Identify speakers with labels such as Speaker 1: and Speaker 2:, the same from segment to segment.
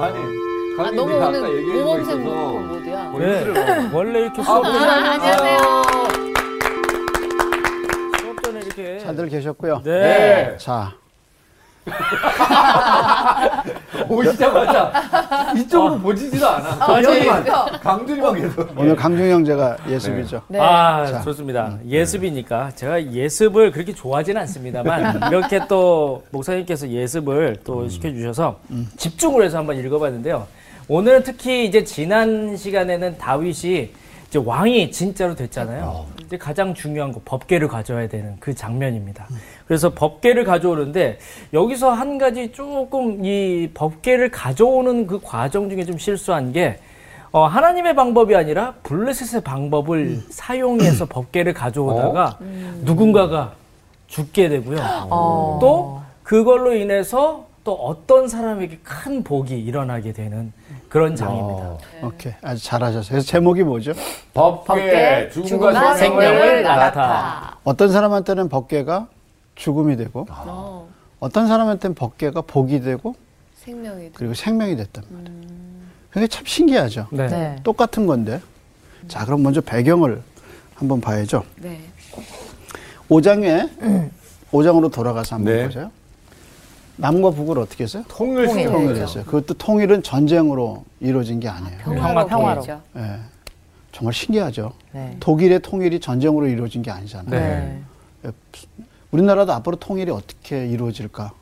Speaker 1: 아니
Speaker 2: 아,
Speaker 1: 강민이
Speaker 2: 너무
Speaker 1: 가 아까
Speaker 2: 오늘
Speaker 1: 얘기한 거
Speaker 2: 모범생
Speaker 1: 있어서
Speaker 2: 모드야.
Speaker 1: 포인트를 넣어.
Speaker 3: 원래 이렇게
Speaker 1: 아,
Speaker 3: 수업,
Speaker 1: 뭐야?
Speaker 2: 네. 안녕하세요.
Speaker 3: 수업 전에 이렇게
Speaker 4: 잘들 계셨고요.
Speaker 3: 네.
Speaker 1: 네.
Speaker 4: 자,
Speaker 1: 오시자마자 네. 이쪽으로 보지지도 않아.
Speaker 2: 아,
Speaker 1: 강준이만
Speaker 2: 저기요.
Speaker 1: 강준이만 계속.
Speaker 3: 네.
Speaker 4: 오늘 강준 형제가 예습이죠.
Speaker 2: 네.
Speaker 3: 아
Speaker 4: 자.
Speaker 3: 좋습니다. 예습이니까 제가 예습을 그렇게 좋아하진 않습니다만 이렇게 또 목사님께서 예습을 또 시켜주셔서 집중을 해서 한번 읽어봤는데요. 오늘은 특히 이제 지난 시간에는 다윗이 이제 왕이 진짜로 됐잖아요. 이제 가장 중요한 거 법계를 가져야 되는 그 장면입니다. 그래서 법계를 가져오는데 여기서 한 가지 조금 이 법계를 가져오는 그 과정 중에 좀 실수한 게 어, 하나님의 방법이 아니라 블레셋의 방법을
Speaker 5: 음.
Speaker 3: 사용해서 법계를
Speaker 5: 어?
Speaker 3: 가져오다가 누군가가 죽게 되고요.
Speaker 2: 어.
Speaker 3: 또 그걸로 인해서 또 어떤 사람에게 큰 복이 일어나게 되는 그런
Speaker 5: 어.
Speaker 3: 장입니다.
Speaker 4: 오케이. 아주 잘하셨어요. 그래서 제목이 뭐죠?
Speaker 1: 법계
Speaker 2: 법계
Speaker 1: 죽음과
Speaker 2: 죽음과
Speaker 1: 생명을
Speaker 2: 생명을
Speaker 1: 나타다.
Speaker 2: 나타다.
Speaker 4: 어떤 사람한테는 벗개가 죽음이 되고,
Speaker 2: 어,
Speaker 4: 어떤 사람한테는 벗개가 복이 되고,
Speaker 2: 생명이.
Speaker 4: 그리고 생명이 됐단 말이에요. 그게 참 신기하죠.
Speaker 3: 음. 네.
Speaker 2: 네.
Speaker 4: 똑같은 건데. 자, 그럼 먼저 배경을 한번 봐야죠.
Speaker 2: 네.
Speaker 3: 음.
Speaker 4: 5장에, 5장으로 돌아가서 한번
Speaker 1: 네.
Speaker 4: 보세요. 남과 북을 어떻게 했어요?
Speaker 3: 아,
Speaker 1: 통일
Speaker 2: 통일.
Speaker 1: 신고.
Speaker 2: 통일이죠.
Speaker 4: 통일했어요. 그것도 통일은 전쟁으로 이루어진 게 아니에요.
Speaker 3: 평화, 평화로.
Speaker 2: 보이죠.
Speaker 4: 예. 정말 신기하죠.
Speaker 2: 네.
Speaker 4: 독일의 통일이 전쟁으로 이루어진 게 아니잖아요.
Speaker 3: 네.
Speaker 4: 우리나라도 앞으로 통일이 어떻게 이루어질까?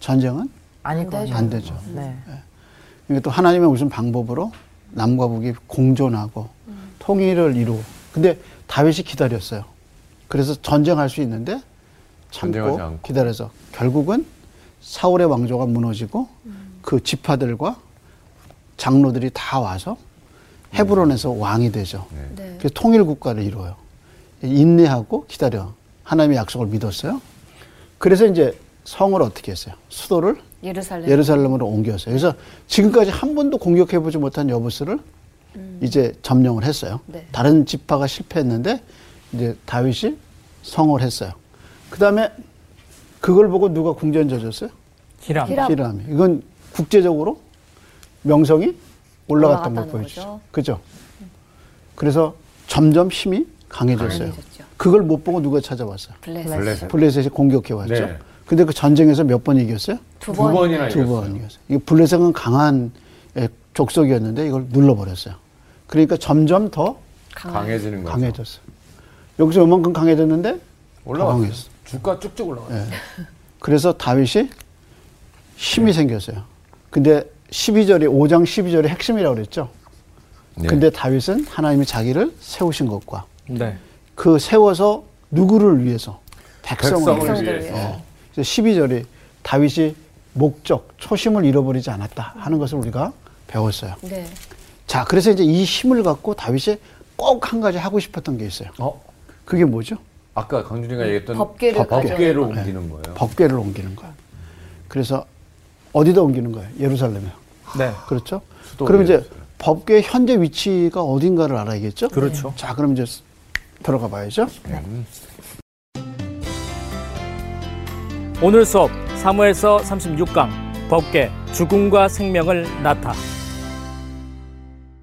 Speaker 4: 전쟁은
Speaker 5: 아닐 것 같아요.
Speaker 4: 안 되죠.
Speaker 5: 네.
Speaker 4: 이게 그러니까 또 하나님의 무슨 방법으로 남과 북이 공존하고 통일을 이루고. 근데 다윗이 기다렸어요. 그래서 전쟁할 수 있는데 참고
Speaker 1: 전쟁하지 않고.
Speaker 4: 기다려서 결국은 사울의 왕조가 무너지고 그 지파들과 장로들이 다 와서 헤브론에서 왕이 되죠.
Speaker 2: 네.
Speaker 4: 그 통일 국가를 이루어요. 인내하고 기다려. 하나님의 약속을 믿었어요. 그래서 이제 성을 어떻게 했어요? 수도를
Speaker 2: 예루살렘.
Speaker 4: 예루살렘으로 옮겼어요. 그래서 지금까지 한 번도 공격해 보지 못한 여부스를 이제 점령을 했어요.
Speaker 2: 음. 네.
Speaker 4: 다른 지파가 실패했는데 이제 다윗이 성을 했어요. 그다음에 그걸 보고 누가 궁전 져줬어요?
Speaker 3: 히람.
Speaker 2: 히람.
Speaker 4: 히람이. 이건 국제적으로 명성이 올라갔던 걸
Speaker 2: 올라갔다는
Speaker 4: 보여주죠.
Speaker 2: 거죠.
Speaker 4: 그죠? 그래서 점점 힘이 강해졌어요.
Speaker 2: 강해졌죠.
Speaker 4: 그걸 못 보고 누가 찾아왔어요?
Speaker 2: 블레셋.
Speaker 1: 블레셋.
Speaker 4: 블레셋이 공격해 왔죠.
Speaker 1: 네.
Speaker 4: 근데 그 전쟁에서 몇 번 이겼어요?
Speaker 1: 두
Speaker 2: 두 번.
Speaker 1: 번이나
Speaker 4: 두
Speaker 1: 이겼어요.
Speaker 4: 번이었어요. 이 블레셋은 강한 예, 족속이었는데 이걸 눌러버렸어요. 그러니까 점점 더
Speaker 1: 강해지는 거죠.
Speaker 4: 강해졌어요. 여기서 이만큼 강해졌는데
Speaker 1: 올라갔어요.
Speaker 4: 강했어. 네.
Speaker 1: 주가 쭉쭉 올라갔어요.
Speaker 4: 그래서 다윗이 힘이 생겼어요. 근데 12절이 5장 12절이 핵심이라고 그랬죠.
Speaker 1: 네.
Speaker 4: 근데 다윗은 하나님이 자기를 세우신 것과
Speaker 3: 네.
Speaker 4: 그 세워서 누구를 위해서 백성을,
Speaker 1: 백성을
Speaker 4: 위해서.
Speaker 2: 위해서.
Speaker 4: 예. 그래서 12절이 다윗이 목적, 초심을 잃어버리지 않았다 하는 것을 우리가 배웠어요.
Speaker 2: 네.
Speaker 4: 자, 그래서 이제 이 힘을 갖고 다윗이 꼭 한 가지 하고 싶었던 게 있어요.
Speaker 1: 어?
Speaker 4: 그게 뭐죠?
Speaker 1: 아까 강준이가 얘기했던
Speaker 2: 법계를
Speaker 1: 법-
Speaker 2: 가져요.
Speaker 1: 법계로 옮기는 거예요.
Speaker 4: 법궤를 옮기는 거야. 그래서 어디다 옮기는 거예요? 예루살렘에.
Speaker 3: 네.
Speaker 4: 그렇죠?
Speaker 1: 수도
Speaker 4: 그럼 이제
Speaker 1: 예루살렘.
Speaker 4: 법궤 현재 위치가 어딘가를 알아야겠죠?
Speaker 3: 그렇죠.
Speaker 4: 자, 그럼 이제 들어가 봐야죠.
Speaker 3: 오늘 수업 사무엘서 36강 법계 죽음과 생명을 나타.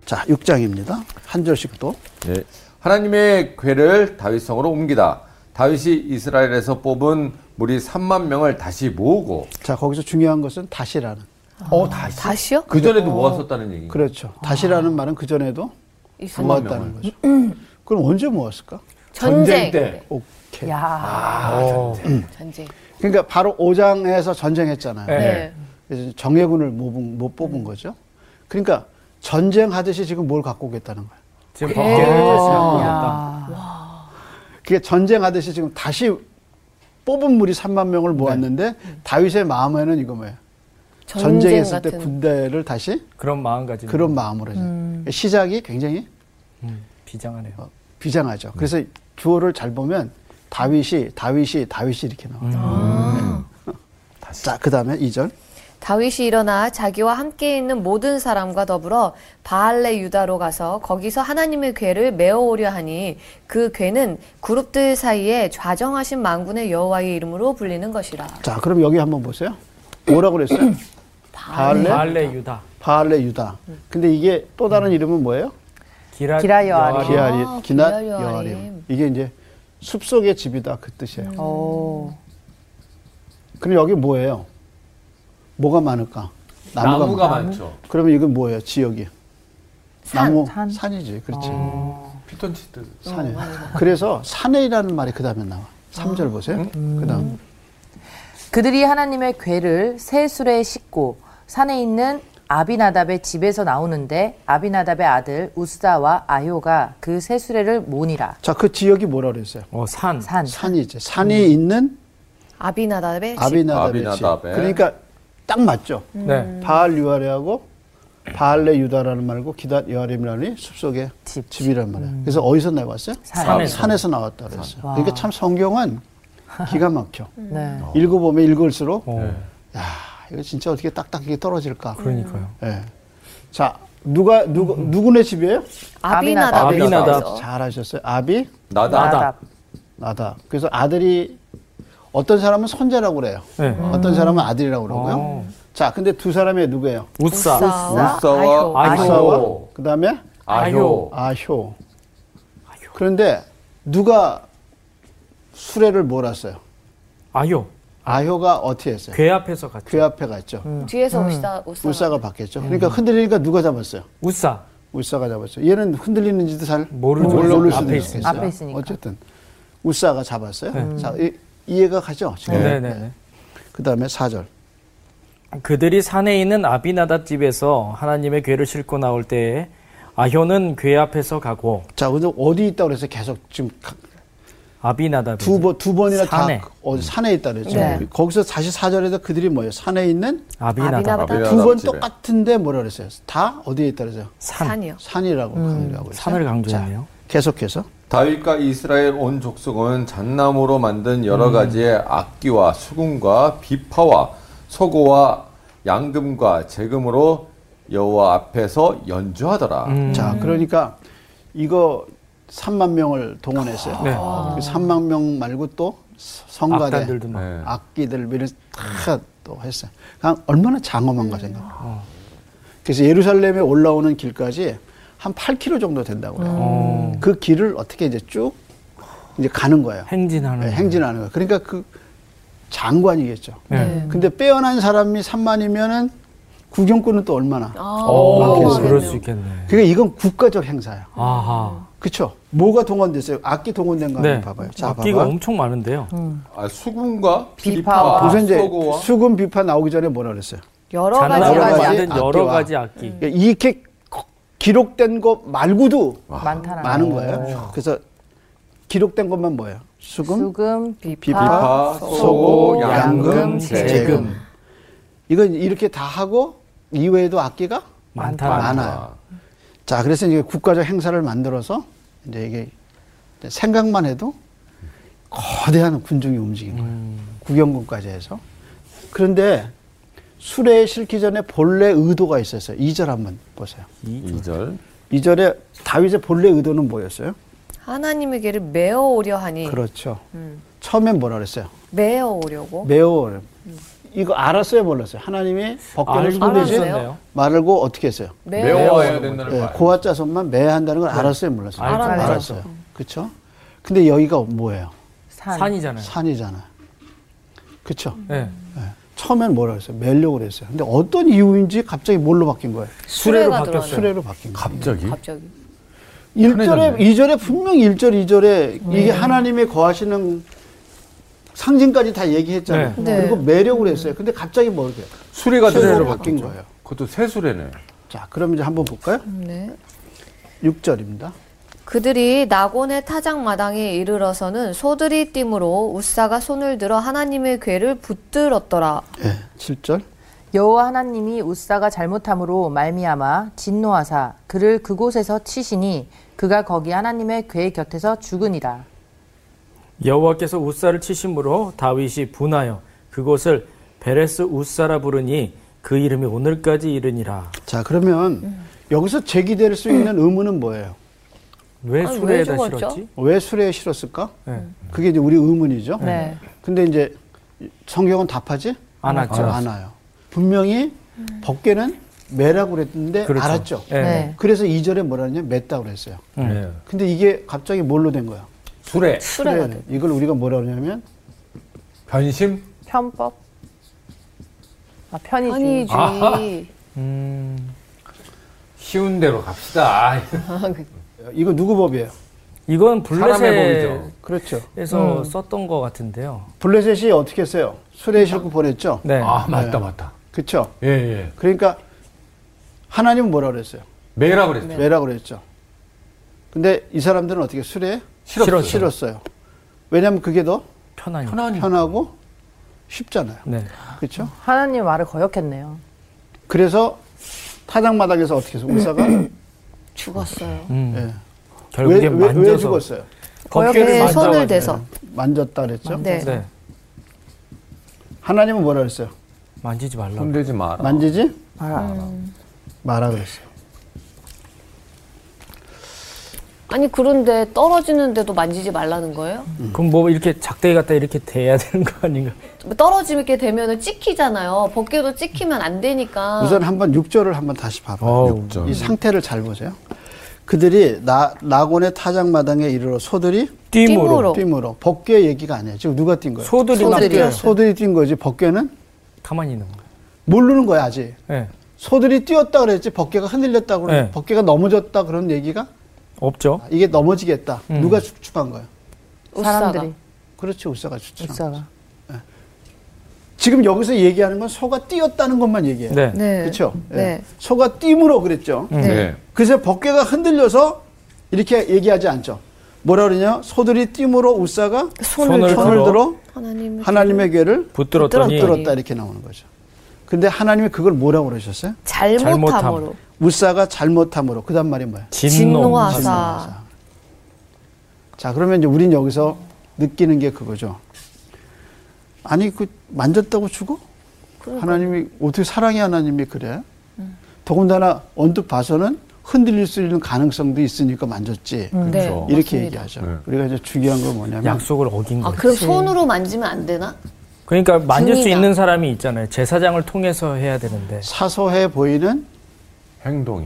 Speaker 4: 자, 6장입니다. 한 절씩 또.
Speaker 1: 예. 하나님의 궤를 다윗성으로 옮기다. 다윗이 이스라엘에서 뽑은 무리 3만 명을 다시 모으고
Speaker 4: 자, 거기서 중요한 것은 다시라는.
Speaker 1: 어 다시
Speaker 2: 다시요?
Speaker 1: 그 전에도 모았었다는 얘기.
Speaker 4: 그렇죠. 다시라는 말은 그전에도
Speaker 2: 있었-
Speaker 4: 모았다는 거죠. 그럼 언제 모았을까?
Speaker 2: 전쟁.
Speaker 1: 때.
Speaker 4: 오케이.
Speaker 5: 야,
Speaker 3: 아, 어.
Speaker 2: 전쟁.
Speaker 4: 그러니까 바로 5장에서 전쟁했잖아요.
Speaker 3: 네.
Speaker 2: 네.
Speaker 4: 그래서 정예군을 못, 뽑은- 못 뽑은 거죠. 그러니까 전쟁하듯이 지금 뭘 갖고 오겠다는 거예요.
Speaker 3: 지금 법계를 다시 하고 있다.
Speaker 4: 그게 전쟁하듯이 지금 다시 뽑은 무리 3만 명을
Speaker 2: 네.
Speaker 4: 모았는데 다윗의 마음에는 이거 뭐예요?
Speaker 2: 전쟁
Speaker 4: 전쟁했을 때
Speaker 2: 같은-
Speaker 4: 군대를 다시
Speaker 3: 그런 마음가짐.
Speaker 4: 그런 마음으로 해서 그러니까 시작이 굉장히
Speaker 3: 음, 비장하네요.
Speaker 4: 어, 비장하죠. 그래서 주어를 잘 보면 다윗이 다윗이 다윗이 이렇게 나와요.
Speaker 2: 음.
Speaker 4: 네. 자, 그다음에 2절.
Speaker 2: 다윗이 일어나 자기와 함께 있는 모든 사람과 더불어 바알레 유다로 가서 거기서 하나님의 궤를 메어오려 하니 그 궤는 그룹들 사이에 좌정하신 만군의 여호와의 이름으로 불리는 것이라.
Speaker 4: 자, 그럼 여기 한번 보세요. 뭐라고 그랬어요? 바알레,
Speaker 3: 바알레 유다.
Speaker 4: 바알레 유다. 근데 이게 또 다른 이름은 뭐예요?
Speaker 3: 기라,
Speaker 5: 기라 여아림.
Speaker 3: 여아림.
Speaker 4: 음. 기아리,
Speaker 2: 아,
Speaker 4: 기낫,
Speaker 2: 기낫
Speaker 4: 여아림.
Speaker 2: 여아림.
Speaker 4: 이게 이제 숲 속의 집이다 그 뜻이에요.
Speaker 5: 오.
Speaker 4: 그럼 여기 뭐예요? 뭐가 많을까? 나무가,
Speaker 1: 나무가
Speaker 4: 많-
Speaker 1: 많죠.
Speaker 4: 그러면 이건 뭐예요? 지역이
Speaker 5: 산,
Speaker 4: 나무
Speaker 5: 산.
Speaker 4: 산이지, 아. 그렇지.
Speaker 1: 피톤치드.
Speaker 4: 산이. 그래서 산에이라는 말이 그 다음에 나와. 3절 보세요. 그다음
Speaker 6: 그들이 하나님의 궤를 세술에 싣고 산에 있는 아비나답의 집에서 나오는데 아비나답의 아들 우스다와 아효가 그 세수레를 모니라.
Speaker 4: 자그 지역이 뭐라 그랬어요?
Speaker 3: 어, 산.
Speaker 6: 산.
Speaker 4: 산이지. 산이 있는
Speaker 2: 아비나답의 네, 집.
Speaker 4: 아비나답의 집.
Speaker 1: 아비나답의.
Speaker 4: 그러니까 딱 맞죠.
Speaker 3: 네.
Speaker 4: 바알 유아레하고 바알레 유다라는 말고 기닷 여아림이라는 숲속의
Speaker 6: 집.
Speaker 4: 집이란 말이에요. 그래서 어디서 나왔어요?
Speaker 6: 산.
Speaker 3: 산에서.
Speaker 4: 산에서 나왔다 그랬어요. 그러니까 참 성경은 기가 막혀.
Speaker 6: 네.
Speaker 4: 읽어보면 읽을수록
Speaker 3: 어,
Speaker 4: 야 이거 진짜 어떻게 딱딱하게 떨어질까.
Speaker 3: 그러니까요.
Speaker 4: 예. 자 누가 누구 누구네 집이에요?
Speaker 2: 아비나답의
Speaker 3: 아비나답.
Speaker 2: 집에서.
Speaker 4: 잘하셨어요. 아비
Speaker 1: 나다.
Speaker 6: 나답.
Speaker 4: 나다. 그래서 아들이 어떤 사람은 손자라고 그래요.
Speaker 3: 네.
Speaker 4: 어떤 사람은 아들이라고 그러고요.
Speaker 3: 어.
Speaker 4: 자 근데 두 사람이 누구예요?
Speaker 3: 우싸.
Speaker 2: 우싸.
Speaker 1: 우싸와
Speaker 3: 아효.
Speaker 1: 아효.
Speaker 4: 그 다음에
Speaker 1: 아효.
Speaker 4: 아효. 그런데 누가 수레를 몰았어요?
Speaker 3: 아요.
Speaker 4: 아효가 어떻게 했어요?
Speaker 3: 괴 음. 앞에서 갔죠.
Speaker 4: 괴 앞에 갔죠.
Speaker 2: 뒤에서 오시다 오싸.
Speaker 4: 울사가 받겠죠.
Speaker 3: 음.
Speaker 4: 그러니까 흔들리니까 누가 잡았어요?
Speaker 3: 우싸.
Speaker 4: 울사가 잡았어요. 얘는 흔들리는지도 잘
Speaker 3: 모르죠.
Speaker 4: 모를
Speaker 3: 앞에
Speaker 4: 수도
Speaker 3: 있으니까.
Speaker 4: 있겠어요.
Speaker 6: 앞에 있으니까.
Speaker 4: 어쨌든 울사가 잡았어요. 자, 이, 이해가 가죠? 지금.
Speaker 3: 네, 네, 네.
Speaker 4: 그 다음에 4절.
Speaker 3: 그들이 산에 있는 아비나답 집에서 하나님의 괴를 싣고 나올 때에 아효는 괴 앞에서 가고
Speaker 4: 자, 근데 어디 있다고 그래서 계속 지금 가-
Speaker 3: 아비나답
Speaker 4: 두 번, 두 번이나
Speaker 3: 산에.
Speaker 4: 다 어, 산에 있다 그랬죠.
Speaker 2: 네.
Speaker 4: 거기서 다시 4절에서 그들이 뭐예요? 산에 있는
Speaker 3: 아비나답
Speaker 2: 아비나답.
Speaker 1: 아비나답
Speaker 4: 두 번
Speaker 1: 집에.
Speaker 4: 똑같은데 뭐라 그랬어요? 다 어디에 있다 그랬어요?
Speaker 3: 산
Speaker 2: 산이요.
Speaker 4: 산이라고 강조하고
Speaker 3: 음,
Speaker 4: 있어요.
Speaker 3: 산을 강조하네요.
Speaker 4: 계속해서
Speaker 1: 다윗과 이스라엘 온 족속은 잣나무로 만든 여러 가지의 악기와 수금과 비파와 소고와 양금과 재금으로 여호와 앞에서 연주하더라.
Speaker 3: 음.
Speaker 4: 자, 그러니까 이거 3만 명을 동원했어요.
Speaker 3: 네.
Speaker 4: 그 3만 명 말고 또 성가대,
Speaker 3: 악단들도 막.
Speaker 1: 네.
Speaker 4: 악기들 이런 다또 했어요. 그냥 얼마나 장엄한가 생각. 그래서 예루살렘에 올라오는 길까지 한 8km 정도 된다고 해요. 그 길을 어떻게 이제 쭉 이제 가는 거예요.
Speaker 3: 음. 행진하는
Speaker 4: 네, 행진하는 거예요. 그러니까 그 장관이겠죠.
Speaker 3: 네.
Speaker 4: 근데 빼어난 사람이 3만이면은 구경꾼은 또 얼마나?
Speaker 2: 아,
Speaker 3: 오,
Speaker 4: 많겠어요.
Speaker 3: 그럴 수 있겠네.
Speaker 4: 그러니까 이건 국가적 행사예요.
Speaker 3: 아하.
Speaker 4: 그쵸? 뭐가 동원됐어요? 악기 동원된 거 한번
Speaker 3: 네.
Speaker 4: 봐봐요. 자,
Speaker 3: 악기가
Speaker 4: 봐봐.
Speaker 3: 엄청 많은데요.
Speaker 1: 아, 수금과
Speaker 6: 비파와
Speaker 1: 비파와
Speaker 4: 우선 이제
Speaker 1: 소고와
Speaker 4: 수금 비파 나오기 전에 뭐라 그랬어요?
Speaker 2: 여러
Speaker 3: 잔나
Speaker 2: 가지
Speaker 3: 무로
Speaker 4: 여러 가지
Speaker 3: 만든 여러
Speaker 4: 악기와.
Speaker 3: 가지 악기.
Speaker 4: 그러니까 이렇게 거- 기록된 거 말고도
Speaker 6: 아, 많다라.
Speaker 4: 많은 거예요. 그래서 기록된 것만 뭐예요? 수금,
Speaker 6: 수금 비파.
Speaker 1: 비파, 소고, 양금,
Speaker 6: 양금,
Speaker 1: 재금.
Speaker 4: 이건 이렇게 다 하고 이외에도 악기가
Speaker 3: 많다라.
Speaker 4: 많아요. 자, 그래서 이제 국가적 행사를 만들어서 이제 이게 이제 생각만 해도 거대한 군중이 움직인 거예요.
Speaker 3: 음.
Speaker 4: 구경군까지 해서. 그런데 수레에 실기 전에 본래 의도가 있었어요. 이 절 한번 보세요.
Speaker 1: 이절
Speaker 4: 이절에 다윗의 본래 의도는 뭐였어요?
Speaker 2: 하나님의 길을 메어 오려 하니
Speaker 4: 그렇죠. 처음엔 뭐라 그랬어요?
Speaker 2: 메어 오려고
Speaker 4: 매우 어려워. 이거 알았어요, 몰랐어요? 하나님이 벗겨낼
Speaker 3: 알고
Speaker 4: 뿐이지
Speaker 3: 있었네요.
Speaker 4: 말고 어떻게 했어요?
Speaker 1: 매워야 된다는
Speaker 4: 예,
Speaker 1: 말.
Speaker 4: 고아자손만 매야 한다는 걸 알았어요, 몰랐어요?
Speaker 3: 알죠. 알았죠.
Speaker 4: 그렇죠? 근데 여기가 뭐예요?
Speaker 6: 산.
Speaker 3: 산이잖아요.
Speaker 4: 산이잖아요. 그렇죠?
Speaker 3: 네.
Speaker 4: 처음엔 뭐라고 했어요? 멜려고 그랬어요. 근데 어떤 이유인지 갑자기 뭘로 바뀐 거예요?
Speaker 3: 수레로
Speaker 2: 수레가
Speaker 3: 바뀌었어요.
Speaker 2: 들어왔네요.
Speaker 4: 수레로 바뀐 거예요.
Speaker 1: 갑자기?
Speaker 2: 갑자기.
Speaker 4: 1절에, 2절에 분명 1절, 2절에
Speaker 3: 네.
Speaker 4: 이게 하나님의 거하시는 상징까지 다 얘기했잖아요.
Speaker 3: 네.
Speaker 2: 네.
Speaker 4: 그리고 매력을 했어요. 근데 갑자기 뭐 이렇게
Speaker 1: 수레가
Speaker 4: 수레로
Speaker 1: 수레로
Speaker 4: 바뀐
Speaker 1: 바뀐
Speaker 4: 거예요.
Speaker 1: 거예요. 그것도 새 수레네.
Speaker 4: 자, 그럼 이제 한번 볼까요?
Speaker 2: 네.
Speaker 4: 6절입니다.
Speaker 2: 그들이 나곤의 타작 마당에 이르러서는 소들이 뛰므로 우사가 손을 들어 하나님의 궤를 붙들었더라.
Speaker 4: 예, 7절.
Speaker 6: 여호와 하나님이 우사가 잘못함으로 말미암아 진노하사 그를 그곳에서 치시니 그가 거기 하나님의 궤 곁에서 죽으니라.
Speaker 3: 여호와께서 우사를 치심으로 다윗이 분하여 그곳을 베레스 우사라 부르니 그 이름이 오늘까지 이르니라.
Speaker 4: 자, 그러면
Speaker 6: 음.
Speaker 4: 여기서 제기될 수 있는 의문은 뭐예요?
Speaker 3: 왜
Speaker 2: 아니,
Speaker 3: 수레에다
Speaker 2: 왜 죽었죠?
Speaker 3: 실었지?
Speaker 4: 왜 수레에 실었을까?
Speaker 3: 네.
Speaker 4: 그게 이제 우리 의문이죠.
Speaker 6: 네.
Speaker 4: 근데 이제 성경은 답하지
Speaker 3: 안 하죠.
Speaker 4: 않아요. 분명히
Speaker 6: 음.
Speaker 4: 법계는 매라고 그랬는데
Speaker 3: 그렇죠.
Speaker 4: 알았죠.
Speaker 3: 예.
Speaker 6: 네.
Speaker 4: 그래서 이절에 뭐라 하냐? 맸다고 그랬어요.
Speaker 1: 네.
Speaker 4: 근데 이게 갑자기 뭘로 된 거야?
Speaker 1: 수레,
Speaker 2: 수레가
Speaker 4: 그래, 이걸 우리가 뭐라 그러냐면
Speaker 1: 변심,
Speaker 5: 편법.
Speaker 6: 그 아, 편의주.
Speaker 2: 아니지.
Speaker 1: 아하. 쉬운 대로 갑시다. 아, 예.
Speaker 4: 이거 누구 법이에요?
Speaker 3: 이건
Speaker 1: 사람의 법이죠.
Speaker 3: 블레셋에서
Speaker 4: 그렇죠.
Speaker 3: 썼던 것 같은데요.
Speaker 4: 블레셋이 어떻게 했어요? 수레 실고 보냈죠.
Speaker 3: 네.
Speaker 1: 아 맞다 맞다.
Speaker 4: 그렇죠.
Speaker 1: 예 예.
Speaker 4: 그러니까 하나님은 뭐라 그랬어요?
Speaker 1: 매라 그랬죠.
Speaker 2: 네.
Speaker 4: 왜라고 그랬죠. 근데 이 사람들은 어떻게 수레에
Speaker 1: 싫었어요.
Speaker 4: 실었어요. 왜냐하면 그게 더
Speaker 3: 편안히.
Speaker 1: 편안히.
Speaker 4: 편하고 쉽잖아요.
Speaker 3: 네.
Speaker 4: 그렇죠.
Speaker 6: 하나님 말을 거역했네요.
Speaker 4: 그래서 타작마당에서 어떻게 해서 의사가
Speaker 2: 음. 죽었어요.
Speaker 3: 음.
Speaker 4: 예.
Speaker 3: 결국엔
Speaker 4: 왜, 왜,
Speaker 3: 만져서.
Speaker 4: 왜 죽었어요? 예,
Speaker 3: 거기를
Speaker 2: 거기에 손을
Speaker 3: 만져가지고.
Speaker 2: 대서.
Speaker 4: 만졌다 그랬죠.
Speaker 2: 네.
Speaker 3: 네.
Speaker 4: 하나님은 뭐라 그랬어요?
Speaker 3: 만지지 말라고.
Speaker 1: 손대지 마라.
Speaker 4: 만지지
Speaker 6: 아,
Speaker 3: 음.
Speaker 4: 마라 그랬어요.
Speaker 2: 아니 그런데 떨어지는데도 만지지 말라는 거예요?
Speaker 3: 그럼 뭐 이렇게 작대기 갖다 이렇게 대야 되는 거 아닌가?
Speaker 2: 떨어지게 되면 찍히잖아요. 벗겨도 찍히면 안 되니까.
Speaker 4: 우선 한번 6절을 한번 다시 봐봐요.
Speaker 1: 육 절.
Speaker 4: 이
Speaker 3: 음.
Speaker 4: 상태를 잘 보세요. 그들이 나, 낙원의 타작마당에 이르러 소들이
Speaker 2: 띠무로.
Speaker 4: 뛰므로 법궤 얘기가 아니에요. 지금 누가 뛴 거예요? 네.
Speaker 3: 소들이 막
Speaker 6: 소들이요.
Speaker 3: 뛰어요.
Speaker 4: 소들이 뛴 거지 법궤는
Speaker 3: 가만히 있는 거예요.
Speaker 4: 모르는 거야 아직.
Speaker 3: 네.
Speaker 4: 소들이 뛰었다 그랬지 법궤가 흔들렸다 그러
Speaker 3: 네.
Speaker 4: 면 법궤가 넘어졌다 그런 얘기가
Speaker 3: 없죠.
Speaker 4: 이게 넘어지겠다.
Speaker 3: 음.
Speaker 4: 누가 추측한 거예요?
Speaker 2: 우사가.
Speaker 6: 사람들이
Speaker 4: 그렇지 우사가 추측한 거예요.
Speaker 6: 불사가.
Speaker 4: 지금 여기서 얘기하는 건 소가 뛰었다는 것만 얘기해요.
Speaker 3: 네.
Speaker 2: 네.
Speaker 4: 그렇죠? 예.
Speaker 2: 네.
Speaker 4: 소가 뛰므로 그랬죠.
Speaker 1: 네. 네.
Speaker 4: 그래서 법궤가 흔들려서 이렇게 얘기하지 않죠. 뭐라 그러냐? 소들이 뛰므로 우사가
Speaker 3: 손을
Speaker 4: 손을 들어
Speaker 2: 하나님을
Speaker 4: 하나님의 궤를
Speaker 3: 붙들었더니
Speaker 4: 들었다 이렇게 나오는 거죠. 근데 하나님이 그걸 뭐라고 그러셨어요?
Speaker 2: 잘못함으로
Speaker 4: 우사가 잘못함으로 그다음 말이 뭐예요?
Speaker 2: 진노하사.
Speaker 4: 자, 그러면 이제 우린 여기서 느끼는 게 그거죠. 아니, 그, 만졌다고 죽어? 하나님이, 어떻게 사랑의 하나님이 그래? 더군다나 언뜻 봐서는 흔들릴 수 있는 가능성도 있으니까 만졌지.
Speaker 2: 네.
Speaker 1: 그렇죠.
Speaker 4: 이렇게
Speaker 2: 맞습니다.
Speaker 4: 얘기하죠.
Speaker 1: 네.
Speaker 4: 우리가 이제 중요한 건 뭐냐면,
Speaker 3: 약속을 어긴
Speaker 2: 아
Speaker 3: 거예요.
Speaker 2: 그럼 손으로 만지면 안 되나?
Speaker 3: 그러니까 만질 수
Speaker 2: 중이다.
Speaker 3: 있는 사람이 있잖아요. 제사장을 통해서 해야 되는데.
Speaker 4: 사소해 보이는
Speaker 1: 행동이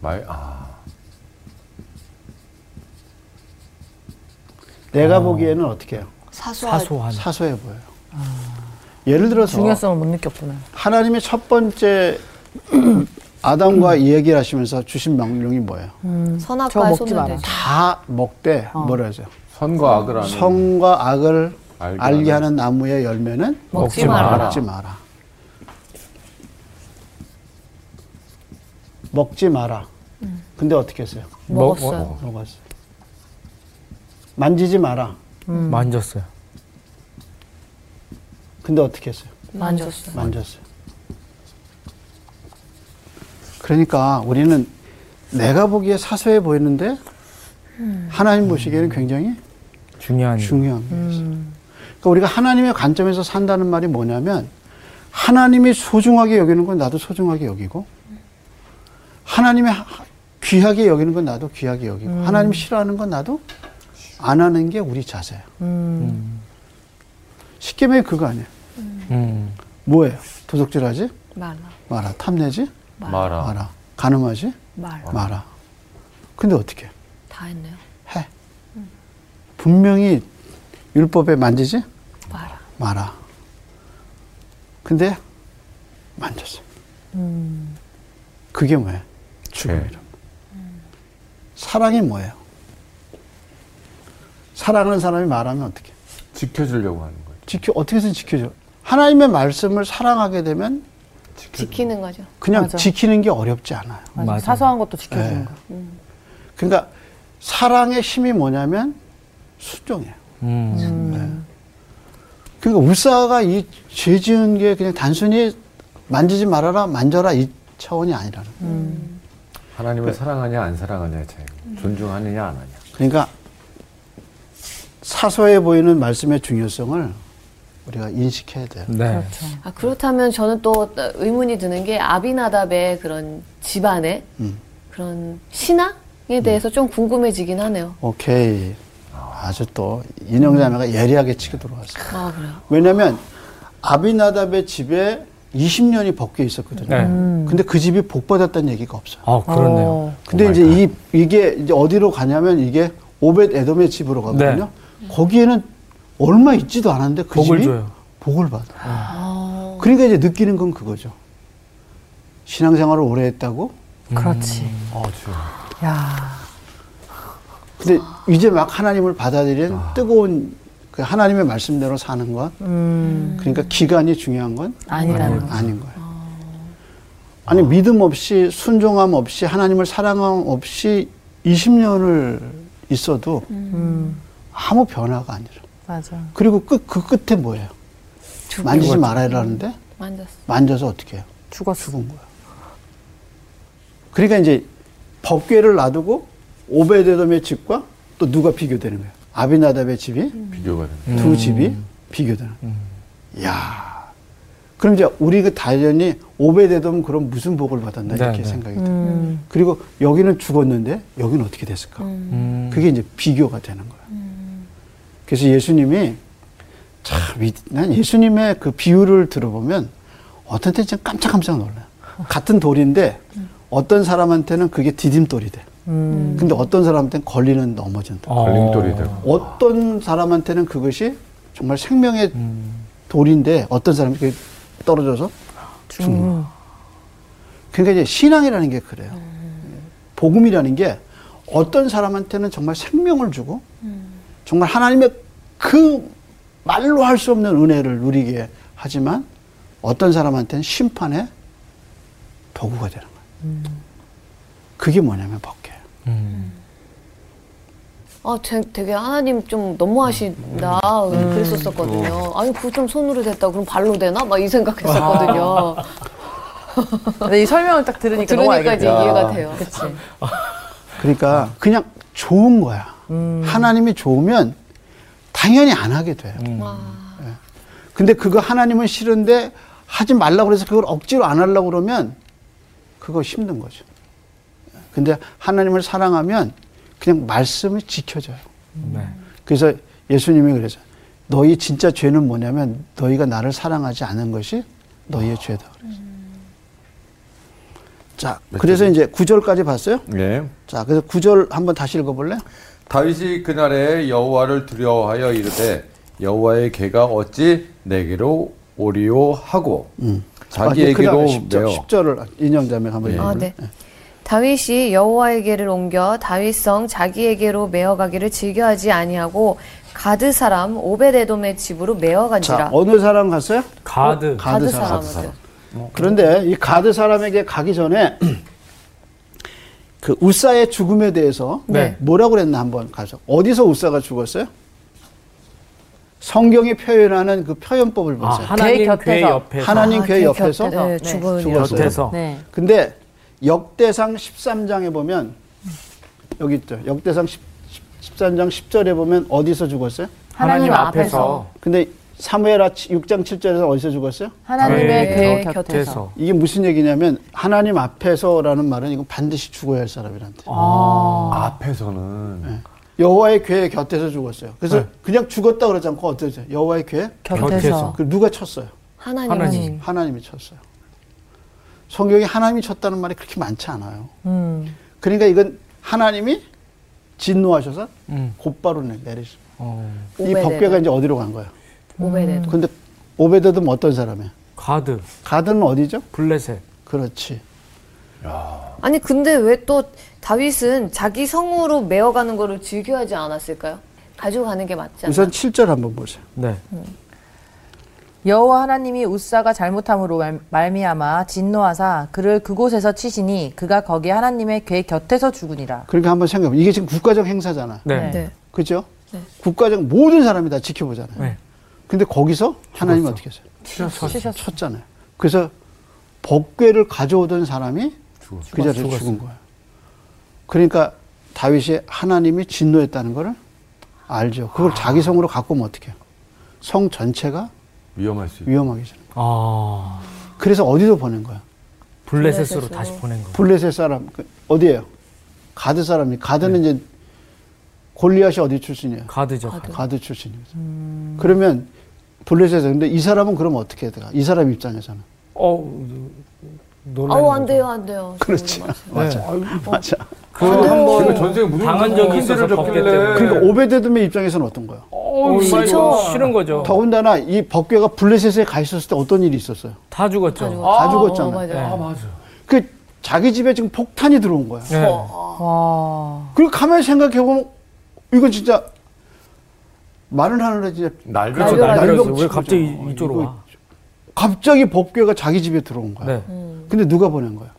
Speaker 1: 말 아.
Speaker 4: 내가
Speaker 2: 아.
Speaker 4: 보기에는 어떻게 해요?
Speaker 2: 사소하게.
Speaker 3: 사소한.
Speaker 4: 사소해 보여요.
Speaker 2: 아.
Speaker 4: 예를 들어서,
Speaker 6: 중요성을 못 느꼈구나.
Speaker 4: 하나님의 첫 번째 아담과
Speaker 2: 음.
Speaker 4: 이야기를 하시면서 주신 명령이 뭐예요?
Speaker 2: 선악과의
Speaker 6: 저거 먹지
Speaker 2: 손을
Speaker 6: 마라.
Speaker 2: 대지.
Speaker 4: 다 먹되,
Speaker 2: 어.
Speaker 4: 뭐라 하죠?
Speaker 1: 선과 악을 하는
Speaker 4: 성과 악을
Speaker 1: 알게
Speaker 4: 알게, 하는 나무의 열매는
Speaker 2: 먹지 마라.
Speaker 4: 먹지 마라. 먹지 마라.
Speaker 2: 음.
Speaker 4: 근데 어떻게 했어요?
Speaker 3: 뭐,
Speaker 2: 먹었어요.
Speaker 4: 먹었어. 만지지 마라.
Speaker 3: 만졌어요.
Speaker 4: 근데 어떻게 했어요?
Speaker 2: 만졌어요.
Speaker 4: 만졌어요. 그러니까 우리는 내가 보기에 사소해 보이는데 하나님 보시기에는 굉장히
Speaker 3: 중요한. 일.
Speaker 4: 중요한 게 있어요. 그러니까 우리가 하나님의 관점에서 산다는 말이 뭐냐면 하나님이 소중하게 여기는 건 나도 소중하게 여기고 하나님의 하- 귀하게 여기는 건 나도 귀하게 여기고 하나님 싫어하는 건 나도 안 하는 게 우리 자세예요. 십계명이 그거 아니에요.
Speaker 3: 음.
Speaker 4: 뭐예요? 도둑질하지
Speaker 2: 말라.
Speaker 4: 마라. 탐내지
Speaker 1: 마라.
Speaker 4: 마라. 가늠하지
Speaker 2: 말라.
Speaker 4: 마라. 근데 어떻게 해?
Speaker 2: 다 했네요.
Speaker 4: 해? 분명히 율법에 만지지
Speaker 2: 말라.
Speaker 4: 마라. 근데 만졌어. 요 그게 뭐예요?
Speaker 1: 네.
Speaker 4: 죽음이란. 말. 사랑이 뭐예요? 사랑하는 사람이 말하면 어떻게?
Speaker 1: 지켜주려고 하는 거죠.
Speaker 4: 지켜 어떻게 해서 지켜줘? 하나님의 말씀을 사랑하게 되면
Speaker 2: 지키는 거죠.
Speaker 4: 그냥
Speaker 6: 맞아.
Speaker 4: 지키는 게 어렵지 않아요.
Speaker 6: 맞아.
Speaker 3: 맞아요.
Speaker 6: 사소한 것도 지켜주는
Speaker 4: 네.
Speaker 6: 거.
Speaker 4: 그러니까 사랑의 힘이 뭐냐면 순종이에요.
Speaker 3: 음.
Speaker 4: 그러니까 울사가 이 죄 지은 게 그냥 단순히 만지지 말아라, 만져라 이 차원이 아니라는. 거예요.
Speaker 1: 하나님을 사랑하냐 안 사랑하냐의 차이. 존중하느냐 안 하냐.
Speaker 4: 그러니까 사소해 보이는 말씀의 중요성을 우리가 인식해야 돼요.
Speaker 3: 네.
Speaker 2: 아, 그렇다면 저는 또 의문이 드는 게 아비나답의 그런 집안의
Speaker 6: 음.
Speaker 2: 그런 신앙에 대해서 좀 궁금해지긴 하네요.
Speaker 4: 오케이. 아주 또 인형자매가 예리하게 치고 들어왔어요.
Speaker 2: 아, 그래요?
Speaker 4: 왜냐면 아비나답의 집에 20년이 벗겨 있었거든요.
Speaker 3: 네.
Speaker 4: 근데 그 집이 복받았다는 얘기가 없어요.
Speaker 3: 아 그렇네요.
Speaker 4: 근데 이제 이, 이게 이제 어디로 가냐면 이게 오벳 에돔의 집으로 가거든요. 거기에는 얼마 있지도 않았는데 그
Speaker 3: 네. 복을
Speaker 4: 집이
Speaker 3: 줘요. 네.
Speaker 4: 복을 받아. 그러니까 이제 느끼는 건 그거죠. 신앙생활을 오래 했다고.
Speaker 6: 그렇지.
Speaker 1: 아, 주
Speaker 6: 야.
Speaker 4: 근데 이제 막 하나님을 받아들이는 뜨거운 그 하나님의 말씀대로 사는 것. 그러니까 기간이 중요한 건
Speaker 5: 아니라는 거.
Speaker 4: 아닌 거예요. 아니 믿음 없이 순종함 없이 하나님을 사랑함 없이 20년을 있어도 아무 변화가 아니라.
Speaker 6: 맞아.
Speaker 4: 그리고 끝, 그 끝에 뭐예요? 만지지 말아라는데
Speaker 2: 만졌어.
Speaker 4: 만져서 어떻게 해요?
Speaker 6: 죽었어.
Speaker 4: 죽은 거야. 그러니까 이제 법궤를 놔두고 오베데돔의 집과 또 누가 비교되는 거야? 아비나답의 집이
Speaker 1: 비교가 됩니다.
Speaker 4: 두
Speaker 3: 음.
Speaker 4: 집이 비교되는. 야. 그럼 이제 우리 그 단연이 오베데돔 그럼 무슨 복을 받았나
Speaker 3: 네,
Speaker 4: 이렇게
Speaker 3: 네.
Speaker 4: 생각이 돼.
Speaker 6: 음.
Speaker 4: 그리고 여기는 죽었는데 여기는 어떻게 됐을까?
Speaker 3: 음.
Speaker 4: 그게 이제 비교가 되는 거예요. 그래서 예수님이 참, 이- 난 예수님의 그 비유를 들어보면 어떤 때는 진짜 깜짝깜짝 놀라요. 같은 돌인데 어떤 사람한테는 그게 디딤돌이 돼. 근데 어떤 사람한테는 걸리는 넘어진다.
Speaker 3: 어.
Speaker 1: 걸림돌이 되고.
Speaker 4: 어떤 사람한테는 그것이 정말 생명의 돌인데 어떤 사람이 그게 떨어져서 죽는 거예요. 그러니까 이제 신앙이라는 게 그래요. 복음이라는 게 어떤 사람한테는 정말 생명을 주고 정말 하나님의 그 말로 할 수 없는 은혜를 누리게 하지만 어떤 사람한테는 심판의 도구가 되는 거예요. 그게 뭐냐면 법계예요.
Speaker 3: 음.
Speaker 2: 아, 되, 되게 하나님 좀 너무하신다.
Speaker 6: 음.
Speaker 2: 그랬었었거든요.
Speaker 6: 어.
Speaker 2: 아니, 그거 좀 손으로 됐다. 그럼 발로 되나? 막 이 생각했었거든요.
Speaker 6: 근데 이 설명을 딱 들으니까 너무
Speaker 2: 들으니까
Speaker 6: 알겠다.
Speaker 2: 이제 이해가 돼요.
Speaker 6: 그치.
Speaker 4: 그러니까 그냥 좋은 거야. 하나님이 좋으면 당연히 안 하게 돼요. 예. 근데 그거 하나님은 싫은데 하지 말라고 그래서 그걸 억지로 안 하려고 그러면 그거 힘든 거죠. 예. 근데 하나님을 사랑하면 그냥 말씀을 지켜줘요.
Speaker 3: 네.
Speaker 4: 그래서 예수님이 그래서 너희 진짜 죄는 뭐냐면 너희가 나를 사랑하지 않은 것이 너희의 죄다. 그래서. 자, 그래서 이제 구절까지 봤어요?
Speaker 1: 예.
Speaker 4: 자, 그래서 구절 한번 다시 읽어볼래?
Speaker 1: 다윗이 그날에 여호와를 두려워하여 이르되 여호와의 개가 어찌 내게로 오리오 하고
Speaker 4: 아,
Speaker 1: 자기에게로 매어
Speaker 4: 10절을 인형자매 한번
Speaker 1: 예.
Speaker 4: 읽어볼래?
Speaker 2: 아, 네. 다윗이 여호와에게를 옮겨 다윗성 자기에게로 메어가기를 즐겨하지 아니하고 가드 사람 오베데돔의 집으로 메어간지라.
Speaker 4: 자, 어느 사람 갔어요?
Speaker 3: 가드.
Speaker 4: 가드 사람.
Speaker 2: 사람한테.
Speaker 1: 뭐,
Speaker 4: 그런데 이 가드 사람에게 가기 전에 그 우사의 죽음에 대해서
Speaker 3: 네.
Speaker 4: 뭐라고 그랬나 한번 가서 어디서 우사가 죽었어요? 성경이 표현하는 그 표현법을
Speaker 3: 아,
Speaker 4: 보세요.
Speaker 6: 개
Speaker 3: 하나님
Speaker 6: 곁에서.
Speaker 3: 궤 옆에서.
Speaker 4: 하나님- 하나님
Speaker 2: 아,
Speaker 4: 궤
Speaker 2: 그
Speaker 4: 옆에서?
Speaker 2: 곁에, 네,
Speaker 6: 네.
Speaker 2: 죽은
Speaker 4: 죽었어요.
Speaker 2: 여자.
Speaker 3: 곁에서.
Speaker 6: 네.
Speaker 4: 근데 역대상 13장에 보면 여기 있죠. 역대상 10, 13장 10절에 보면 어디서 죽었어요?
Speaker 6: 하나님 앞에서.
Speaker 4: 근데 사무엘 6장 7절에서 어디서 죽었어요?
Speaker 6: 하나님의
Speaker 3: 네.
Speaker 6: 궤 곁에서.
Speaker 3: 곁에서.
Speaker 4: 이게 무슨 얘기냐면 하나님 앞에서라는 말은 이건 반드시 죽어야 할 사람이란 뜻.
Speaker 1: 앞에서는
Speaker 4: 여호와의 궤 곁에서 죽었어요. 그래서 그냥 죽었다 그러지 않고 어떠죠? 여호와의 궤?
Speaker 3: 곁에서.
Speaker 6: 곁에서.
Speaker 4: 그 누가 쳤어요?
Speaker 2: 하나님.
Speaker 3: 하나님.
Speaker 4: 하나님이 쳤어요. 성경에 하나님이 쳤다는 말이 그렇게 많지 않아요. 그러니까 이건 하나님이 진노하셔서
Speaker 3: 음.
Speaker 4: 곧바로 내리죠.
Speaker 3: 어.
Speaker 4: 이
Speaker 2: 오베데돔.
Speaker 4: 법궤가 이제 어디로 간 거예요?
Speaker 2: 오베데돔.
Speaker 4: 근데 오베데돔 어떤 사람이에요?
Speaker 3: 가드.
Speaker 4: 가드는 어디죠?
Speaker 3: 블레셋.
Speaker 4: 그렇지.
Speaker 2: 아니 근데 왜 또 다윗은 자기 성으로 메어가는 거를 즐겨하지 않았을까요? 가져가는 게 맞지 않나요?
Speaker 4: 우선 7절 한번 보세요.
Speaker 3: 네.
Speaker 6: 여호와 하나님이 우사가 잘못함으로 말- 말미암아 진노하사 그를 그곳에서 치시니 그가 거기 하나님의 궤 곁에서 죽으니라.
Speaker 4: 그러니까 한번 생각해 보면 이게 지금 국가적 행사잖아.
Speaker 3: 네.
Speaker 2: 네.
Speaker 4: 그죠? 국가적 모든 사람이 다 지켜보잖아요.
Speaker 3: 네.
Speaker 4: 근데 거기서 하나님 은 어떻게 했어요?
Speaker 6: 치셨어.
Speaker 4: 쳤잖아요. 그래서 법궤를 가져오던 사람이 그 자리에서 죽은 거예요. 그러니까 다윗이 하나님이 진노했다는 거를 알죠. 그걸 자기 성으로 갖고 오면 어떻게 해요? 성 전체가
Speaker 1: 위험할 수 있다.
Speaker 4: 위험하게잖아요.
Speaker 3: 아.
Speaker 4: 그래서 어디로 보낸 거야?
Speaker 3: 블레셋으로 다시 보낸 거.
Speaker 4: 블레셋 사람 그 어디예요? 가드 사람이 가드는 이제 골리앗이 어디 출신이에요?
Speaker 3: 가드죠. 가드.
Speaker 4: 가드 출신이죠. 그러면 블레셋 근데 이 사람은 그럼 어떻게 해야 돼요? 이 사람 입장에서는
Speaker 3: 어우, 놀라는
Speaker 2: 아우 어, 안
Speaker 3: 거죠.
Speaker 2: 돼요 안 돼요.
Speaker 4: 뭐. 그렇지. 네. 맞아. 맞아.
Speaker 1: 한번 전생에 무슨
Speaker 3: 당한 적이 뭐 있어서
Speaker 1: 을
Speaker 3: 벗기 때문에.
Speaker 4: 그러니까 오베데드의 입장에서는 어떤 거야?
Speaker 3: 어우, 싫죠. 싫은 거죠.
Speaker 4: 더군다나 이 법궤가 블레셋에 가 있었을 때 어떤 일이 있었어요?
Speaker 3: 다 죽었죠.
Speaker 4: 다 죽었잖아.
Speaker 2: 어, 맞아.
Speaker 4: 그 자기 집에 지금 폭탄이 들어온 거야.
Speaker 3: 네.
Speaker 6: 와.
Speaker 4: 그리고 가만히 생각해보면 이건 진짜 마른 하늘에 진짜
Speaker 1: 음. 날
Speaker 3: 그렇죠.
Speaker 2: 날벼락
Speaker 3: 날벼락에서
Speaker 4: 치고
Speaker 3: 왜 갑자기
Speaker 4: 있잖아.
Speaker 3: 이쪽으로
Speaker 4: 이거
Speaker 3: 와?
Speaker 4: 갑자기 법궤가 자기 집에 들어온 거야.
Speaker 3: 네.
Speaker 4: 근데 누가 보낸 거야?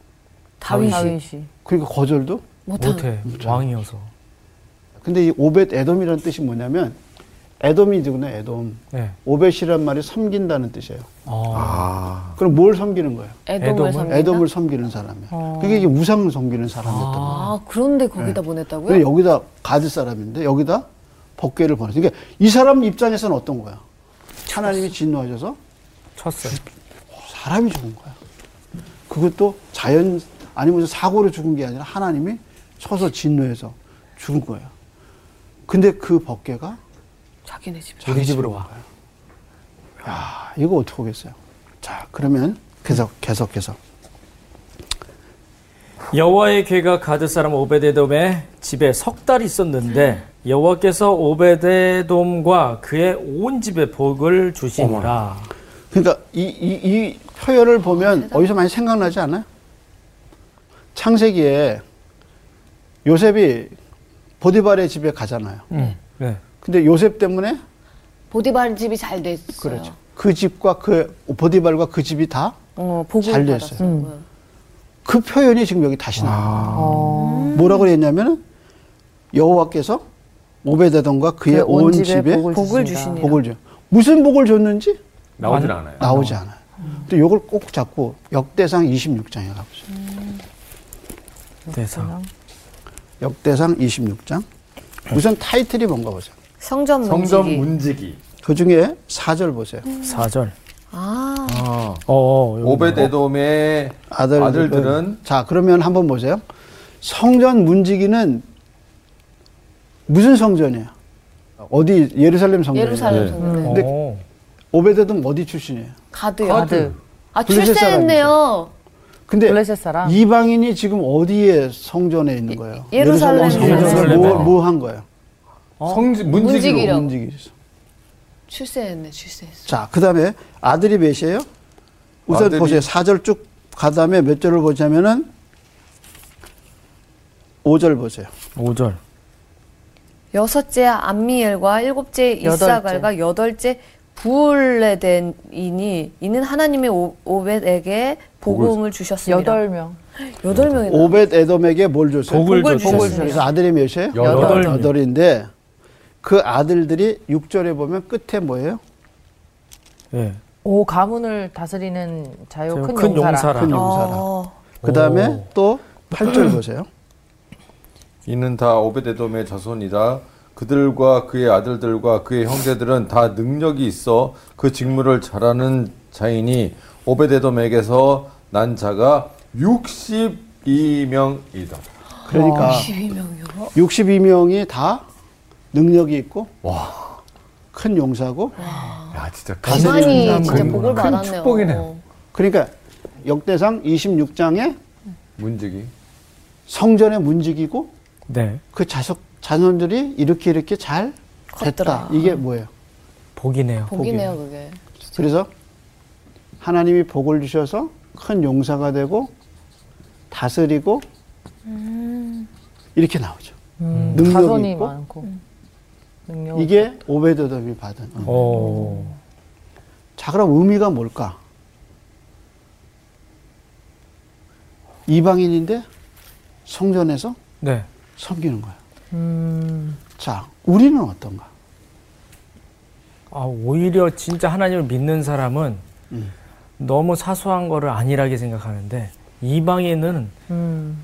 Speaker 6: 다윗이.
Speaker 4: 그러니까 거절도?
Speaker 3: 못해. 왕이어서.
Speaker 4: 근데 이 오벳 에돔이라는 뜻이 뭐냐면 에돔이 누구나 에돔.
Speaker 3: 네.
Speaker 4: 오벳이란 말이 섬긴다는 뜻이에요.
Speaker 3: 아,
Speaker 1: 아,
Speaker 4: 그럼 뭘 섬기는 거예요?
Speaker 3: 애돔을?
Speaker 2: 애돔을 섬긴다. 어.
Speaker 4: 에돔을 섬기는 사람이야. 그게 이제 우상을 섬기는 사람이었던 거야.
Speaker 2: 아 그런데 거기다 보냈다고요?
Speaker 4: 네. 근데 여기다 가드 사람인데 여기다 법궤를 보냈어. 그러니까 이 사람 입장에서는 어떤 거야? 하나님이 진노하셔서
Speaker 3: 쳤어요.
Speaker 4: 사람이 죽은 거야. 그것도 자연 아니면 사고로 죽은 게 아니라 하나님이 쳐서 진노해서 죽은 거야. 근데 그 법궤가
Speaker 2: 자기네 집.
Speaker 3: 우리 집으로 와.
Speaker 4: 야, 이거 어떻게 보겠어요? 자, 그러면 계속 계속해서
Speaker 3: 여호와의 괴가 가드 사람 오베데돔의 집에 석 달 있었는데 여호와께서 오베데돔과 그의 온 집에 복을 주시니라.
Speaker 4: 그러니까 이, 이, 이 표현을 보면 어디서 많이 생각나지 않아요? 창세기에 요셉이 보디발의 집에 가잖아요.
Speaker 3: 음. 네.
Speaker 4: 근데 요셉 때문에
Speaker 2: 보디발 집이 잘 됐어요.
Speaker 4: 그렇죠. 그 집과 그 보디발과 그 집이 다 그
Speaker 2: 어, 복을
Speaker 4: 잘
Speaker 2: 받았어요. 음.
Speaker 4: 됐어요. 표현이 지금 여기 다시
Speaker 6: 아.
Speaker 4: 나와요.
Speaker 6: 어.
Speaker 4: 음. 뭐라고 그랬냐면 여호와께서 오베데돔과 그의
Speaker 6: 그의 온
Speaker 4: 온
Speaker 6: 집에
Speaker 4: 집에
Speaker 6: 복을
Speaker 2: 복을
Speaker 6: 주신다.
Speaker 2: 주시니.
Speaker 4: 복을 줘. 무슨 복을 줬는지
Speaker 1: 나오질 않아요.
Speaker 4: 나오지 않아요. 근데 요걸 꼭 잡고 역대상 26장에 가보세요.
Speaker 3: 대상.
Speaker 4: 역대상 26장. 우선 타이틀이 뭔가 보세요.
Speaker 2: 성전 문지기.
Speaker 1: 성전 문지기.
Speaker 4: 그 중에 4절 보세요.
Speaker 3: 4절.
Speaker 2: 아
Speaker 1: 아,
Speaker 3: 어, 어 여기.
Speaker 1: 오베데돔의
Speaker 4: 아들들은.
Speaker 1: 아들들은
Speaker 4: 자, 그러면 한번 보세요. 성전 문지기는 무슨 성전이에요? 어디, 예루살렘 성전이에요?
Speaker 2: 예루살렘
Speaker 1: 네.
Speaker 2: 성전.
Speaker 3: 어.
Speaker 4: 근데 오베데돔 어디 출신이에요?
Speaker 2: 가드요.
Speaker 6: 가드.
Speaker 2: 아
Speaker 4: 블레셋
Speaker 2: 출세했네요.
Speaker 4: 근데
Speaker 6: 블레셋 사람.
Speaker 4: 이방인이 지금 어디에 성전에 있는 거예요?
Speaker 2: 예루살렘
Speaker 4: 성전을
Speaker 3: 성전에.
Speaker 4: 뭐, 뭐 한 거예요?
Speaker 1: 성지 문지기로.
Speaker 2: 문지기로.
Speaker 4: 문지기.
Speaker 2: 출세했네 출세했어.
Speaker 4: 자, 그 다음에 아들이 몇이에요? 우선
Speaker 1: 아들이-
Speaker 4: 보세요. 4절 쭉 가 다음에 몇 절을 보자면은 5절 보세요.
Speaker 3: 5절.
Speaker 2: 여섯째 암미엘과 일곱째 이사갈과 여덟째 부울레덴이니 이는 하나님의 오- 오벳에게 복음을 주셨습니다.
Speaker 6: 여덟 명.
Speaker 2: 여덟 명이나.
Speaker 4: 오벳 에돔에게 뭘 줬어요?
Speaker 3: 복을
Speaker 2: 복을
Speaker 3: 줬어요.
Speaker 2: 주셨어요.
Speaker 4: 그래서 아들이 몇이에요?
Speaker 1: 여덟
Speaker 3: 여덟 명.
Speaker 4: 인데그 아들들이 6절에 보면 끝에 뭐예요?
Speaker 3: 예.
Speaker 6: 오 가문을 다스리는 자요
Speaker 3: 큰,
Speaker 6: 큰,
Speaker 3: 큰
Speaker 6: 용사라.
Speaker 3: 용사라.
Speaker 4: 큰 용사라.
Speaker 2: 어,
Speaker 4: 그 다음에 또 8절 보세요.
Speaker 1: 이는 다 오베데돔의 자손이다. 그들과 그의 아들들과 그의 형제들은 다 능력이 있어 그 직무를 잘하는 자이니 오베데돔에게서 난 자가 62명이다.
Speaker 4: 그러니까
Speaker 2: 12명이요.
Speaker 4: 62명이 다 능력이 있고 큰 용사고
Speaker 1: 야 진짜
Speaker 2: 기만이
Speaker 4: 큰
Speaker 2: 진짜
Speaker 1: 큰
Speaker 2: 복을 받았네요.
Speaker 1: 축복이네요.
Speaker 2: 어.
Speaker 4: 그러니까 역대상 26장에
Speaker 1: 문지기.
Speaker 4: 성전의 문지기고
Speaker 3: 네.
Speaker 4: 그 자석 자손들이 이렇게 이렇게 잘 됐다.
Speaker 2: 컸더라.
Speaker 4: 이게 뭐예요?
Speaker 3: 복이네요.
Speaker 2: 복이네요 그게.
Speaker 4: 그래서 하나님이 복을 주셔서 큰 용사가 되고 다스리고 이렇게 나오죠. 능력이
Speaker 6: 자손이
Speaker 4: 있고
Speaker 6: 많고. 능력.
Speaker 4: 이게 오베드덤이 받은. 음.
Speaker 3: 오.
Speaker 4: 자 그럼 의미가 뭘까? 이방인인데 성전에서
Speaker 3: 네.
Speaker 4: 섬기는 거야. 자 우리는 어떤가?
Speaker 3: 아, 오히려 진짜 하나님을 믿는 사람은
Speaker 4: 음.
Speaker 3: 너무 사소한 거를 안일하게 생각하는데 이방인은
Speaker 6: 음.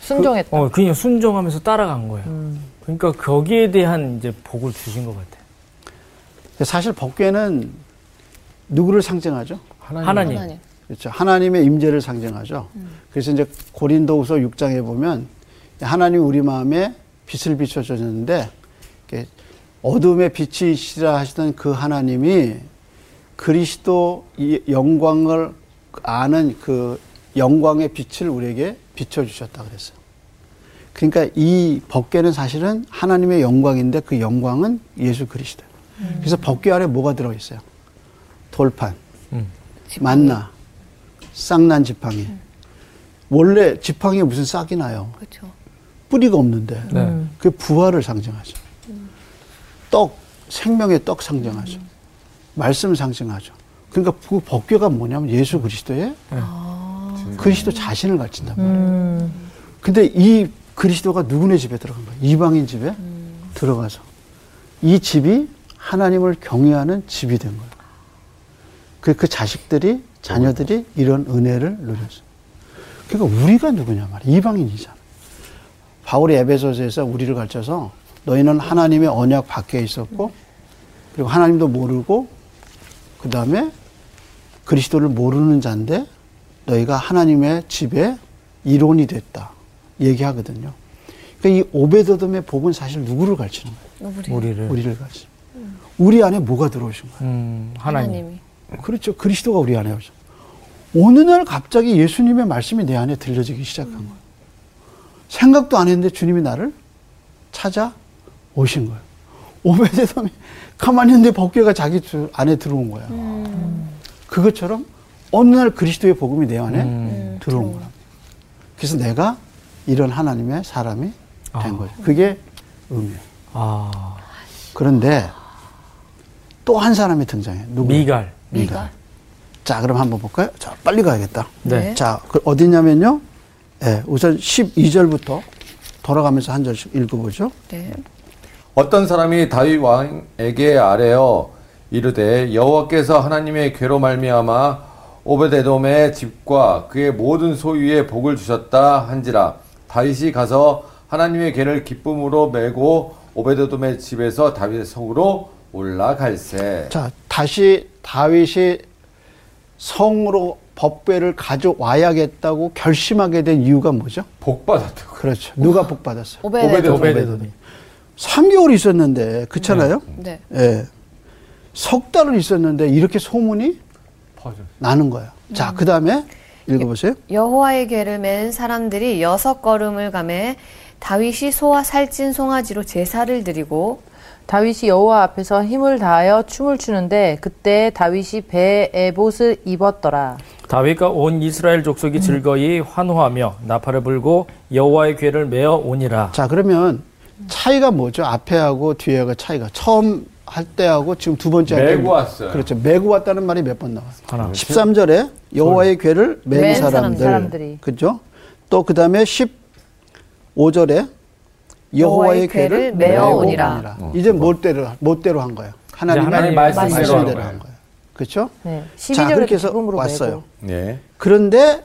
Speaker 6: 순종했다.
Speaker 3: 어, 그냥 순종하면서 따라간 거예요. 그러니까 거기에 대한 이제 복을 주신 것 같아요.
Speaker 4: 사실 법궤는 누구를 상징하죠?
Speaker 3: 하나님.
Speaker 2: 하나님.
Speaker 4: 그렇죠. 하나님의 임재를 상징하죠. 그래서 이제 고린도후서 6장에 보면 하나님 우리 마음에 빛을 비춰 주셨는데 이렇게 어둠의 빛이시라 하시던 그 하나님이 그리스도 이 영광을 그 아는 그 영광의 빛을 우리에게 비춰주셨다 그랬어요. 그러니까 이 법궤는 사실은 하나님의 영광인데 그 영광은 예수 그리스도. 그래서 법궤 안에 뭐가 들어있어요? 돌판,
Speaker 3: 음,
Speaker 4: 만나, 쌍난 지팡이. 원래 지팡이에 무슨 싹이 나요?
Speaker 2: 그렇죠.
Speaker 4: 뿌리가 없는데
Speaker 3: 네.
Speaker 4: 그 부활을 상징하죠. 떡 생명의 떡 상징하죠. 말씀 상징하죠. 그러니까 그 법궤가 뭐냐면 예수 그리스도의 그리스도 자신을 가르친단 말이에요. 근데 이 그리스도가 누구네 집에 들어간 거예요? 이방인 집에 들어가서 이 집이 하나님을 경외하는 집이 된 거예요. 그, 그 자식들이 자녀들이 이런 은혜를 누렸어요. 그러니까 우리가 누구냐 말이에요. 이방인이잖아요. 바울이 에베소서에서 우리를 가르쳐서 너희는 하나님의 언약 밖에 있었고 그리고 하나님도 모르고 그 다음에 그리스도를 모르는 자인데 너희가 하나님의 집에 이론이 됐다 얘기하거든요. 그러니까 이 오베더덤의 복은 사실 누구를 가르치는 거예요?
Speaker 2: 네.
Speaker 3: 우리를
Speaker 4: 우리를 가르치는 거예요. 우리 안에 뭐가 들어오신 거예요?
Speaker 3: 음, 하나님.
Speaker 2: 하나님이.
Speaker 4: 그렇죠. 그리스도가 우리 안에 오죠. 어느 날 갑자기 예수님의 말씀이 내 안에 들려지기 시작한 거예요. 생각도 안 했는데 주님이 나를 찾아 오신 거예요. 오베데섬이 가만히 있는데 법궤가 자기 주- 안에 들어온 거야. 그것처럼 어느 날 그리스도의 복음이 내 안에 들어온 거야. 그래서 내가 이런 하나님의 사람이 된 거죠. 그게 의미예요.
Speaker 3: 아,
Speaker 4: 그런데 또 한 사람이 등장해요. 누구?
Speaker 3: 미갈.
Speaker 4: 미가. 자, 그럼 한번 볼까요? 자, 빨리 가야겠다.
Speaker 3: 네.
Speaker 4: 자, 그 어디냐면요. 예, 우선 12절부터 돌아가면서 한 절씩 읽어보죠.
Speaker 2: 네.
Speaker 1: 어떤 사람이 다윗 왕에게 아뢰어 이르되 여호와께서 하나님의 괴로 말미암아 오베데돔의 집과 그의 모든 소유에 복을 주셨다 한지라 다윗이 가서 하나님의 괴를 기쁨으로 메고 오베데돔의 집에서 다윗의 성으로 올라갈세.
Speaker 4: 자, 다시 다윗이 성으로 법배를 가져와야겠다고 결심하게 된 이유가 뭐죠?
Speaker 1: 복 받았다고.
Speaker 4: 그렇죠. 누가 복 받았어요?
Speaker 2: 오베데도.
Speaker 3: 오베데돔이.
Speaker 4: 3개월 있었는데, 그렇잖아요?
Speaker 2: 네.
Speaker 4: 예. 석 달을 있었는데 이렇게 소문이
Speaker 1: 퍼져.
Speaker 4: 나는 거예요. 자, 그 다음에 읽어보세요.
Speaker 2: 여호와의 궤를 맨 사람들이 여섯 걸음을 감해 다윗이 소와 살찐 송아지로 제사를 드리고
Speaker 6: 다윗이 여호와 앞에서 힘을 다하여 춤을 추는데 그때 다윗이 배에 옷을 입었더라.
Speaker 3: 다윗과 온 이스라엘 족속이 즐거이 환호하며 나팔을 불고 여호와의 궤를 메어 오니라.
Speaker 4: 자, 그러면 차이가 뭐죠? 앞에하고 뒤에하고 차이가. 처음 할 때하고 지금 두 번째 할 때.
Speaker 1: 메고 왔어요.
Speaker 4: 그렇죠. 메고 왔다는 말이 몇 번 나와요?
Speaker 3: 하나. 네.
Speaker 4: 13절에 여호와의 괴를 맨
Speaker 6: 맨
Speaker 4: 사람들.
Speaker 6: 사람들이.
Speaker 4: 그죠? 또 그다음에 15절에 여호와의
Speaker 2: 여호와의 궤를
Speaker 4: 괴를
Speaker 2: 메어
Speaker 4: 메어
Speaker 2: 오니라.
Speaker 4: 오니라. 이제 뭐 멋대로 멋대로 한 거예요. 하나님의
Speaker 3: 하나님
Speaker 1: 말씀대로 한
Speaker 4: 말씀대로
Speaker 1: 거예요.
Speaker 4: 한 거예요. 그렇죠?
Speaker 6: 네.
Speaker 4: 자,
Speaker 6: 12절에
Speaker 4: 그렇게 해서
Speaker 6: 기쁨으로
Speaker 4: 왔어요.
Speaker 6: 메고.
Speaker 1: 네.
Speaker 4: 그런데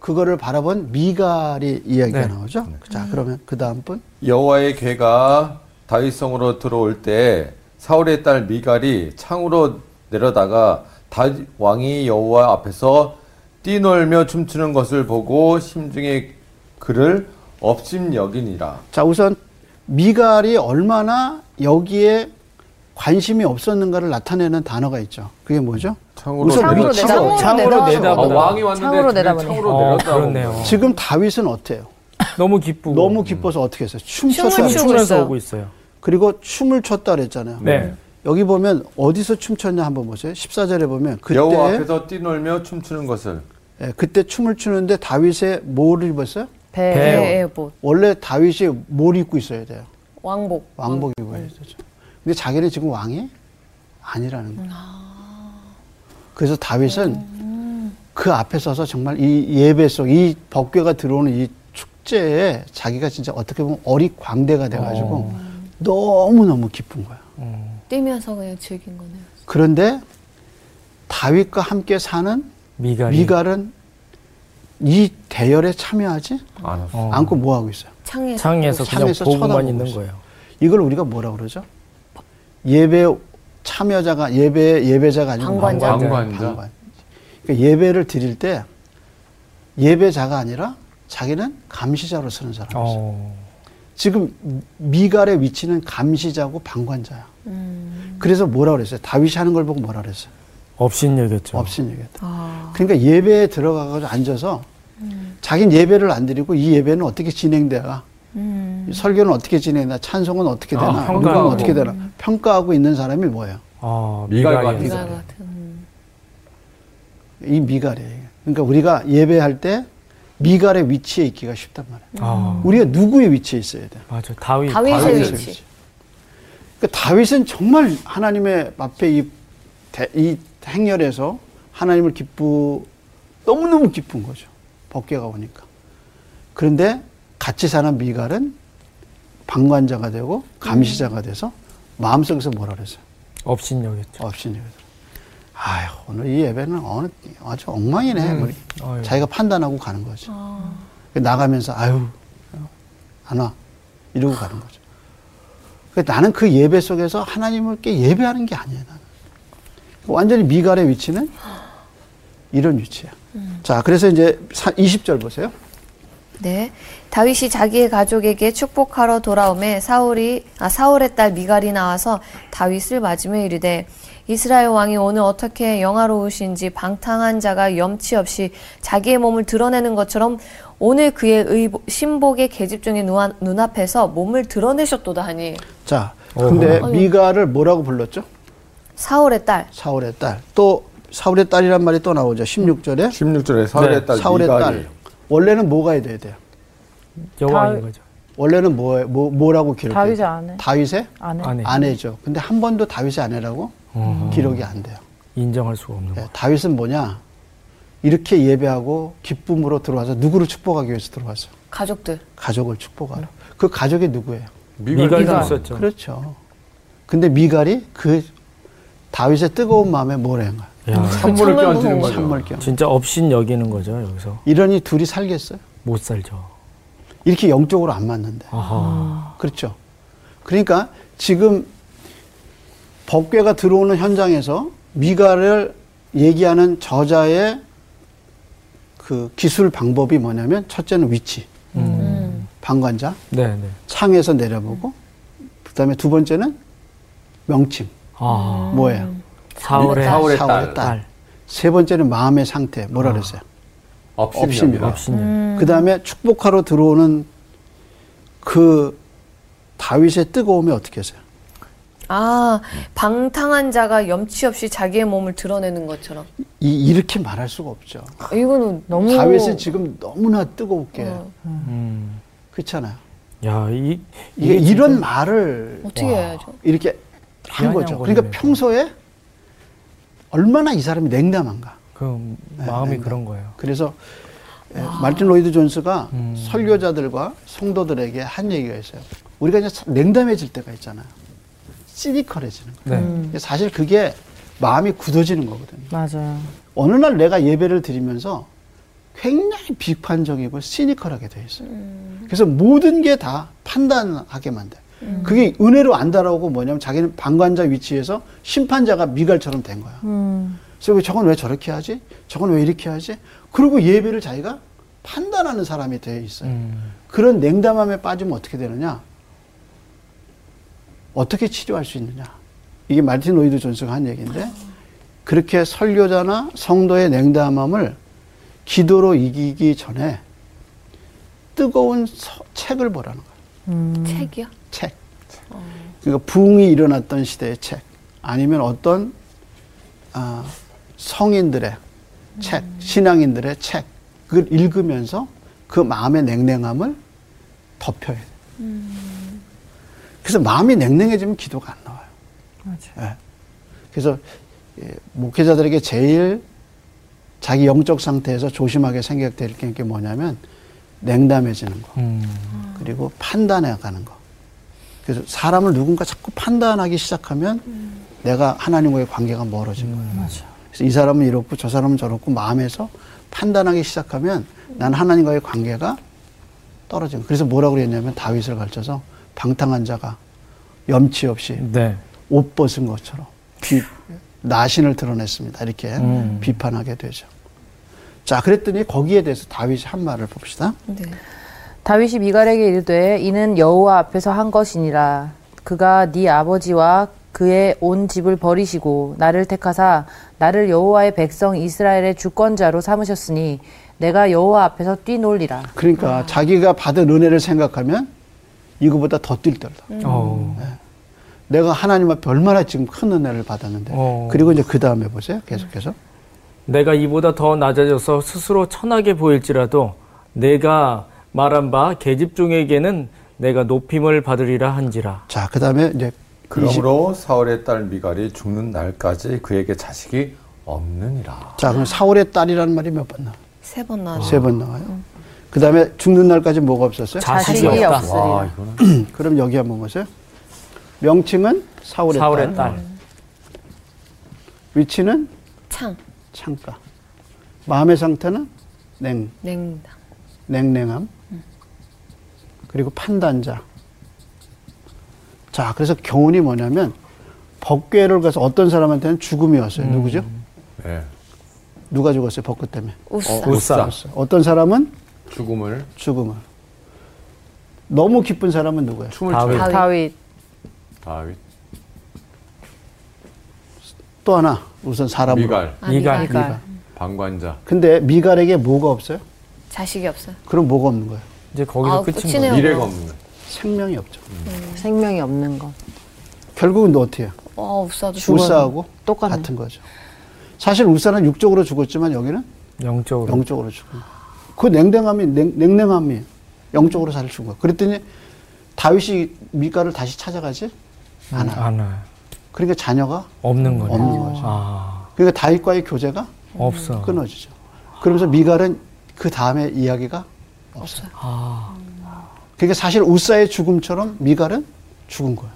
Speaker 4: 그거를 바라본 미갈이 이야기가
Speaker 3: 네.
Speaker 4: 나오죠. 자, 그러면 그 다음 분.
Speaker 1: 여호와의 괴가 다윗성으로 들어올 때 사울의 딸 미갈이 창으로 내려다가 다윗 왕이 여호와 앞에서 뛰놀며 춤추는 것을 보고 심중에 그를 업심여기니라.
Speaker 4: 자, 우선 미갈이 얼마나 여기에 관심이 없었는가를 나타내는 단어가 있죠. 그게 뭐죠?
Speaker 1: 창으로
Speaker 4: 우선
Speaker 1: 내다-
Speaker 4: 위치가 어디-
Speaker 3: 그렇죠. 창으로
Speaker 1: 아,
Speaker 3: 내다보다.
Speaker 1: 왕이 왔는데
Speaker 6: 창으로
Speaker 1: 그냥
Speaker 6: 내다보네.
Speaker 1: 창으로
Speaker 3: 어,
Speaker 1: 내렸다고.
Speaker 3: 그렇네요.
Speaker 4: 지금 다윗은 어때요?
Speaker 3: 너무 기쁘고
Speaker 4: 너무 기뻐서 어떻게 했어요?
Speaker 3: 춤
Speaker 4: 춤췄어요.
Speaker 2: 춤을 추고
Speaker 3: 추면서
Speaker 2: 있어요.
Speaker 3: 오고 있어요.
Speaker 4: 그리고 춤을 췄다 그랬잖아요.
Speaker 3: 네.
Speaker 4: 여기 보면 어디서 춤췄냐 한번 보세요. 14절에 보면 그때
Speaker 1: 여호와 앞에서 뛰놀며 춤추는 것을
Speaker 4: 예, 그때 춤을 추는데 다윗의 뭐를 입었어요?
Speaker 6: 배.
Speaker 3: 배.
Speaker 6: 배.
Speaker 2: 배에 옷,
Speaker 4: 원래 다윗이 뭘 입고 있어야 돼요?
Speaker 2: 왕복.
Speaker 4: 왕복 입고 있어야 되죠. 근데 자기는 지금 왕이 아니라는 거예요. 그래서 다윗은 그 앞에 서서 정말 이 예배 속, 이 법궤가 들어오는 이 축제에 자기가 진짜 어떻게 보면 어릿광대가 돼가지고 너무너무 기쁜 거예요.
Speaker 2: 뛰면서 그냥 즐긴 거네요.
Speaker 4: 그런데 다윗과 함께 사는
Speaker 3: 미갈이.
Speaker 4: 미갈은 이 대열에 참여하지
Speaker 1: 안 하고.
Speaker 3: 어.
Speaker 4: 않고 뭐 하고 있어요?
Speaker 2: 창에서.
Speaker 3: 창에서 그냥
Speaker 4: 창에서
Speaker 3: 보고만
Speaker 4: 쳐다보고
Speaker 3: 있는
Speaker 4: 있어요.
Speaker 3: 거예요.
Speaker 4: 이걸 우리가 뭐라 그러죠? 예배 참여자가 예배 예배자가 아니고
Speaker 2: 방관자.
Speaker 1: 방관자.
Speaker 4: 방관. 그러니까 예배를 드릴 때 예배자가 아니라 자기는 감시자로 서는 사람이죠. 요
Speaker 3: 어.
Speaker 4: 지금 미갈의
Speaker 2: 음.
Speaker 4: 위치는 감시자고 방관자야. 그래서 뭐라 그랬어요? 다윗이 하는 걸 보고 뭐라 그랬어요?
Speaker 3: 없인 여겼죠.
Speaker 4: 없인 여겼다.
Speaker 2: 아,
Speaker 4: 그러니까 예배에 들어가서 앉아서
Speaker 2: 음.
Speaker 4: 자기는 예배를 안 드리고 이 예배는 어떻게 진행돼가
Speaker 2: 음.
Speaker 4: 이 설교는 어떻게 진행되나 찬송은 어떻게
Speaker 3: 아,
Speaker 4: 되나
Speaker 3: 평가하고.
Speaker 4: 음악은 어떻게 되나 평가하고 있는 사람이 뭐예요?
Speaker 3: 아,
Speaker 1: 미갈 같은
Speaker 3: 미갈이었어요.
Speaker 2: 미갈 같은. 음.
Speaker 4: 이 미갈이에요. 그러니까 우리가 예배할 때 미갈의 위치에 있기가 쉽단 말이에요.
Speaker 3: 아,
Speaker 4: 우리가 누구의 위치에 있어야 돼?
Speaker 3: 맞아. 다윗.
Speaker 2: 다윗의 위치.
Speaker 4: 그러니까 다윗은 정말 하나님의 앞에 이, 대- 이 행렬에서 하나님을 기쁘 너무너무 기쁜 거죠. 법계가 오니까. 그런데 같이 사는 미갈은 방관자가 되고 감시자가 돼서 마음속에서 뭐라 그랬어요?
Speaker 3: 없인 여겼죠.
Speaker 4: 없이는 아유 오늘 이 예배는 어느 아주 엉망이네. 뭐 이렇게
Speaker 3: 음. 아유.
Speaker 4: 자기가 판단하고 가는 거지. 그 나가면서 아유 안 와. 이러고 가는 거죠. 그 나는 그 예배 속에서 하나님을께 예배하는 게 아니에요. 나는. 완전히 미갈의 위치는 이런 위치야. 자, 그래서 이제 사- 20절 보세요.
Speaker 2: 네. 다윗이 자기의 가족에게 축복하러 돌아오매 사울이 아 사울의 딸 미갈이 나와서 다윗을 맞으며 이르되 이스라엘 왕이 오늘 어떻게 영화로우신지 방탕한 자가 염치 없이 자기의 몸을 드러내는 것처럼 오늘 그의 의복, 신복의 계집 중에 누아, 눈앞에서 몸을 드러내셨도다 하니
Speaker 4: 자, 근데 미갈을 뭐라고 불렀죠?
Speaker 2: 사울의 딸
Speaker 4: 사울의 딸. 또 사울의 딸이란 말이 또 나오죠. 16절에
Speaker 1: 16절에 사울의
Speaker 3: 네,
Speaker 1: 딸
Speaker 4: 사울의
Speaker 1: 미갈이
Speaker 4: 딸. 원래는 뭐가 돼야 돼요?
Speaker 3: 여왕인
Speaker 6: 다윗.
Speaker 3: 거죠.
Speaker 4: 원래는 뭐, 뭐 뭐라고 기록해요?
Speaker 6: 다윗의 아내.
Speaker 4: 다윗의
Speaker 6: 아내.
Speaker 3: 아내.
Speaker 4: 아내죠. 근데 한 번도 다윗의 아내라고 기록이 안 돼요.
Speaker 3: 인정할 수가 없는 거.
Speaker 4: 예, 다윗은 뭐냐? 이렇게 예배하고 기쁨으로 들어와서 누구를 축복하기 위해서 들어왔어?
Speaker 2: 가족들
Speaker 4: 가족을 축복하러. 그 가족이 누구예요?
Speaker 3: 미갈도
Speaker 6: 미갈.
Speaker 3: 있었죠.
Speaker 4: 그렇죠. 근데 미갈이 그 다윗의 뜨거운 마음에 뭘 한 거야?
Speaker 3: 야,
Speaker 1: 찬물을 끼얹는 거죠.
Speaker 4: 찬물 경.
Speaker 3: 진짜 없인 여기는 거죠. 여기서
Speaker 4: 이러니 둘이 살겠어요?
Speaker 3: 못 살죠.
Speaker 4: 이렇게 영적으로 안 맞는데.
Speaker 3: 아하.
Speaker 4: 그렇죠. 그러니까 지금 법궤가 들어오는 현장에서 미가를 얘기하는 저자의 그 기술 방법이 뭐냐면 첫째는 위치, 방관자,
Speaker 3: 네, 네.
Speaker 4: 창에서 내려보고, 그 다음에 두 번째는 명칭,
Speaker 3: 아,
Speaker 4: 뭐예요?
Speaker 3: 사울의
Speaker 1: 사울의 딸.
Speaker 3: 딸.
Speaker 4: 세 번째는 마음의 상태, 뭐라 그랬어요?
Speaker 1: 업신이요.
Speaker 4: 업신이요.
Speaker 3: 없인
Speaker 4: 그 다음에 축복하러 들어오는 그 다윗의 뜨거움이 어떻게 했어요?
Speaker 2: 아 방탕한 자가 염치 없이 자기의 몸을 드러내는 것처럼
Speaker 4: 이, 이렇게 말할 수가 없죠.
Speaker 2: 이거는 너무
Speaker 4: 다윗은 지금 너무나 뜨겁게
Speaker 2: 어.
Speaker 3: 음.
Speaker 4: 그렇잖아요.
Speaker 3: 야, 이
Speaker 4: 이게 이런 말을
Speaker 2: 어떻게 해야죠?
Speaker 4: 이렇게 한 거죠. 그러니까
Speaker 3: 미안해요,
Speaker 4: 평소에 얼마나 이 사람이 냉담한가.
Speaker 3: 그 마음이 그런 거예요.
Speaker 4: 그래서 에,
Speaker 2: 아.
Speaker 4: 마르틴 로이드 존스가 설교자들과 성도들에게 한 얘기가 있어요. 우리가 이제 참 냉담해질 때가 있잖아요. 시니컬해지는 거예요.
Speaker 3: 네.
Speaker 2: 음.
Speaker 4: 근데 사실 그게 마음이 굳어지는 거거든요.
Speaker 6: 맞아요.
Speaker 4: 어느 날 내가 예배를 드리면서 굉장히 비판적이고 시니컬하게 돼 있어요. 그래서 모든 게 다 판단하게 만들. 그게 은혜로 안다라고 뭐냐면 자기는 방관자 위치에서 심판자가 미갈처럼 된 거야. 그래서 왜 저건 왜 저렇게 하지? 저건 왜 이렇게 하지? 그리고 예배를 자기가 판단하는 사람이 돼 있어요.
Speaker 3: 음.
Speaker 4: 그런 냉담함에 빠지면 어떻게 되느냐? 어떻게 치료할 수 있느냐? 이게 마르틴 로이드 존스가 한 얘기인데 그렇게 설교자나 성도의 냉담함을 기도로 이기기 전에 뜨거운 서- 책을 보라는 거예요.
Speaker 2: 책이요?
Speaker 4: 책. 그러니까 부흥이 일어났던 시대의 책, 아니면 어떤 아, 성인들의 책, 신앙인들의 책, 그걸 읽으면서 그 마음의 냉랭함을 덮여야 돼. 요 음. 그래서 마음이 냉랭해지면 기도가 안 나와요. 맞아요. 그래서 예, 목회자들에게 제일 자기 영적 상태에서 조심하게 생각될 게 뭐냐면 냉담해지는 거.
Speaker 3: 음.
Speaker 4: 그리고 판단해 가는 거. 그래서 사람을 누군가 자꾸 판단하기 시작하면 내가 하나님과의 관계가 멀어진 거예요. 그래서 이 사람은 이렇고 저 사람은 저렇고 마음에서 판단하기 시작하면 난 하나님과의 관계가 떨어진 거예요. 그래서 뭐라고 그랬냐면 다윗을 가르쳐서 방탕한 자가 염치 없이
Speaker 3: 네.
Speaker 4: 옷 벗은 것처럼 비, 나신을 드러냈습니다. 이렇게 비판하게 되죠. 자, 그랬더니 거기에 대해서 다윗이 한 말을 봅시다.
Speaker 2: 네.
Speaker 6: 다윗이 미갈에게 이르되 이는 여호와 앞에서 한 것이니라 그가 네 아버지와 그의 온 집을 버리시고 나를 택하사 나를 여호와의 백성 이스라엘의 주권자로 삼으셨으니 내가 여호와 앞에서 뛰놀리라.
Speaker 3: 아.
Speaker 4: 그러니까 자기가 받은 은혜를 생각하면 이거보다 더 뛸떨다.
Speaker 3: 어.
Speaker 4: 내가 하나님 앞에 얼마나 지금 큰 은혜를 받았는데.
Speaker 3: 어.
Speaker 4: 그리고 이제 그 다음에 보세요. 계속해서.
Speaker 3: 내가 이보다 더 낮아져서 스스로 천하게 보일지라도 내가 말한 바 계집종에게는 내가 높임을 받으리라 한지라.
Speaker 4: 자, 그 다음에 이제
Speaker 1: 그러므로 사울의 딸 미갈이 죽는 날까지 그에게 자식이 없느니라.
Speaker 4: 자, 그럼 사울의 딸이라는 말이 몇 번 나와요?
Speaker 2: 세 번
Speaker 3: 아.
Speaker 2: 나왔죠.
Speaker 4: 세 번 나와요. 그 다음에 죽는 날까지 뭐가 없었어요?
Speaker 3: 음. 자식이
Speaker 6: 자식이
Speaker 3: 아, 없다.
Speaker 1: 와
Speaker 6: 없으리라.
Speaker 1: 이거는
Speaker 4: 그럼 여기 한번 보세요. 명칭은 사울의,
Speaker 3: 사울의
Speaker 4: 딸.
Speaker 3: 딸.
Speaker 4: 위치는
Speaker 2: 창,
Speaker 4: 창가. 마음의 상태는 냉,
Speaker 2: 냉당.
Speaker 4: 냉랭함. 그리고 판단자. 자, 그래서 교훈이 뭐냐면 법궤를 가서 어떤 사람한테는 죽음이 왔어요. 누구죠?
Speaker 1: 네.
Speaker 4: 누가 죽었어요? 법궤 때문에.
Speaker 2: 우사.
Speaker 3: 우사.
Speaker 4: 어떤 사람은
Speaker 1: 죽음을
Speaker 4: 죽음을. 너무 기쁜 사람은 누구예요?
Speaker 1: 춤을 춰요.
Speaker 3: 다윗.
Speaker 2: 다윗.
Speaker 6: 다윗.
Speaker 1: 다윗.
Speaker 4: 또 하나 우선 사람으로.
Speaker 1: 미갈.
Speaker 2: 아,
Speaker 3: 미갈.
Speaker 2: 미갈.
Speaker 6: 그러니까
Speaker 4: 미갈.
Speaker 1: 방관자.
Speaker 4: 근데 미갈에게 뭐가 없어요?
Speaker 2: 자식이 없어요.
Speaker 4: 그럼 뭐가 없는 거예요?
Speaker 3: 이제 거기서
Speaker 2: 아우,
Speaker 3: 끝인 거예요.
Speaker 2: 끝이네요.
Speaker 1: 미래가 없는.
Speaker 4: 생명이 없죠.
Speaker 1: 음.
Speaker 6: 생명이 없는 것.
Speaker 4: 결국은 너 어떻게 해요?
Speaker 2: 어, 우사도 죽어.
Speaker 4: 울사하고
Speaker 6: 똑같네.
Speaker 4: 같은 거죠. 사실 울사는 육적으로 죽었지만 여기는
Speaker 3: 영적으로.
Speaker 4: 영적으로 죽은 거예요. 그 냉랭함이 냉, 냉랭함이 영적으로 잘 죽은 거예요. 그랬더니 다윗이 미가를 다시 찾아가지 않아. 요
Speaker 3: 음, 안 와요.
Speaker 4: 그러니까 자녀가
Speaker 3: 없는 거네.
Speaker 4: 없는 거죠.
Speaker 3: 아,
Speaker 4: 그러니까 다윗과의 교제가
Speaker 3: 없어.
Speaker 4: 끊어지죠. 그러면서 미갈은 그 다음에 이야기가 없어요.
Speaker 3: 아,
Speaker 4: 그러니까 사실 우사의 죽음처럼 미갈은 죽은 거예요.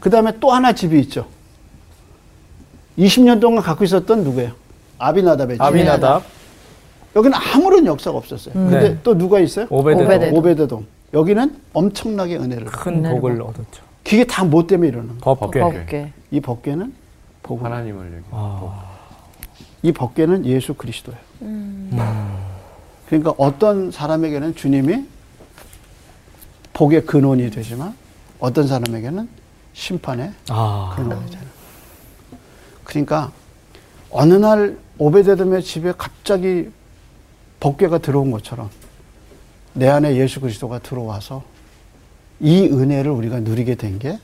Speaker 4: 그 다음에 또 하나 집이 있죠. 20년 동안 갖고 있었던 누구예요? 아비나답의 집.
Speaker 3: 아비나답.
Speaker 4: 여기는 아무런 역사가 없었어요. 근데
Speaker 3: 네.
Speaker 4: 또 누가 있어요?
Speaker 3: 오베데돔.
Speaker 6: 오베데돔.
Speaker 4: 오베데돔. 여기는 엄청나게 은혜를. 받아요.
Speaker 3: 큰 복을 얻었죠.
Speaker 4: 그게 다 뭐 때문에 일어난 거예요?
Speaker 3: 법궤.
Speaker 6: 법계.
Speaker 4: 이 법궤는 복음.
Speaker 1: 하나님을 얘기.
Speaker 3: 아,
Speaker 4: 이 법궤는 예수 그리스도예요.
Speaker 6: 음.
Speaker 3: 음.
Speaker 4: 그러니까 어떤 사람에게는 주님이 복의 근원이 되지만 어떤 사람에게는 심판의
Speaker 3: 아,
Speaker 4: 근원이 되는. 거예요. 그러니까 어느 날 오베데돔의 집에 갑자기 법궤가 들어온 것처럼 내 안에 예수 그리스도가 들어와서 이 은혜를 우리가 누리게 된 게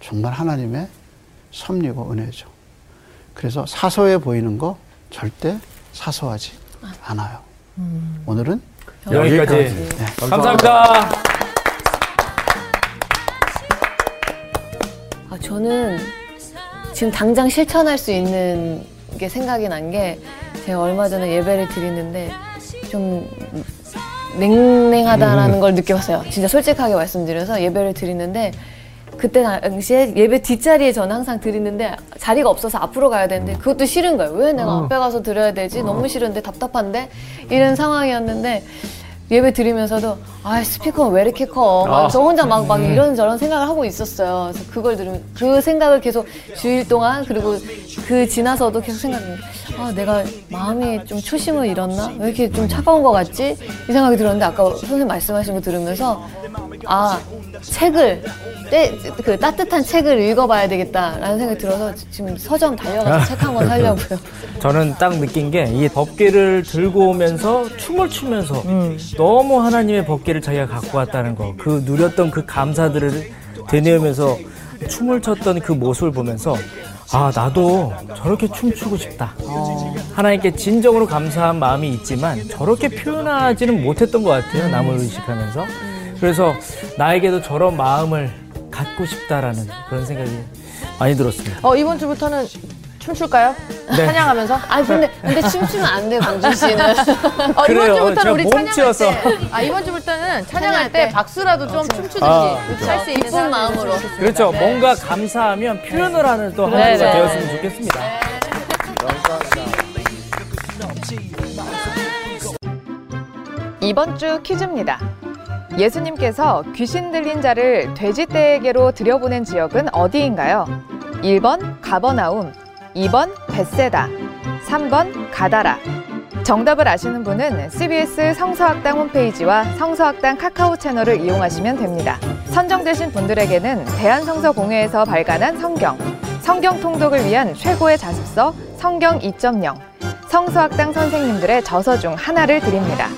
Speaker 4: 정말 하나님의 섭리고 은혜죠. 그래서 사소해 보이는 거 절대 사소하지 않아요. 오늘은
Speaker 3: 여기까지. 네.
Speaker 1: 감사합니다.
Speaker 3: 감사합니다.
Speaker 2: 아, 저는 지금 당장 실천할 수 있는 게 생각이 난 게 제가 얼마 전에 예배를 드리는데 좀 냉랭하다라는 걸 느꼈어요. 진짜 솔직하게 말씀드려서 예배를 드리는데 그때 당시에 예배 뒷자리에 저는 항상 드리는데 자리가 없어서 앞으로 가야 되는데 그것도 싫은 거예요. 왜 내가 앞에 가서 드려야 되지? 너무 싫은데 답답한데 이런 상황이었는데 예배 드리면서도 아 스피커 왜 이렇게 커? 막 저 혼자 막 막 이런 저런 생각을 하고 있었어요. 그래서 그걸 들으면 그 생각을 계속 주일 동안 그리고 그 지나서도 계속 생각했는데 아 내가 마음이 좀 초심을 잃었나? 왜 이렇게 좀 차가운 것 같지? 이 생각이 들었는데 아까 선생님 말씀하신 거 들으면서 아 책을 때, 그 따뜻한 책을 읽어봐야 되겠다라는 생각이 들어서 지금 서점 달려가서 책 한 권 사려고요.
Speaker 3: 저는 딱 느낀 게 이 법계를 들고 오면서 춤을 추면서 너무 하나님의 법계를 자기가 갖고 왔다는 거, 그 누렸던 그 감사들을 되뇌우면서 춤을 췄던 그 모습을 보면서 아 나도 저렇게 춤추고 싶다. 하나님께 진정으로 감사한 마음이 있지만 저렇게 표현하지는 못했던 것 같아요. 남을 의식하면서 그래서 나에게도 저런 마음을 갖고 싶다라는 그런 생각이 많이 들었습니다.
Speaker 6: 어 이번 주부터는 춤출까요?
Speaker 3: 네.
Speaker 6: 찬양하면서.
Speaker 2: 아 근데 근데 춤추면 안 돼요 광준 씨는.
Speaker 6: 어,
Speaker 3: 그래요.
Speaker 6: 이번 주부터는
Speaker 3: 제가
Speaker 6: 우리
Speaker 3: 몸
Speaker 6: 찬양할
Speaker 3: 찌어서.
Speaker 6: 때, 아 이번 주부터는 찬양할
Speaker 2: 찬양할
Speaker 6: 때
Speaker 2: 때.
Speaker 6: 박수라도 좀 춤추든지
Speaker 3: 아,
Speaker 6: 할 수 있는
Speaker 2: 기쁜
Speaker 6: 사람들이
Speaker 2: 마음으로.
Speaker 6: 좀
Speaker 3: 그렇죠. 뭔가 감사하면 표현을 하는 또
Speaker 6: 네,
Speaker 3: 하나가
Speaker 6: 네.
Speaker 3: 되었으면 좋겠습니다.
Speaker 7: 이번 주 퀴즈입니다. 예수님께서 귀신 들린 자를 돼지떼에게로 들여보낸 지역은 어디인가요? 1번 가버나움, 2번 벳세다, 3번 가다라. 정답을 아시는 분은 CBS 성서학당 홈페이지와 성서학당 카카오 채널을 이용하시면 됩니다. 선정되신 분들에게는 대한성서공회에서 발간한 성경, 성경 통독을 위한 최고의 자습서 성경 2.0 성수학당 선생님들의 저서 중 하나를 드립니다.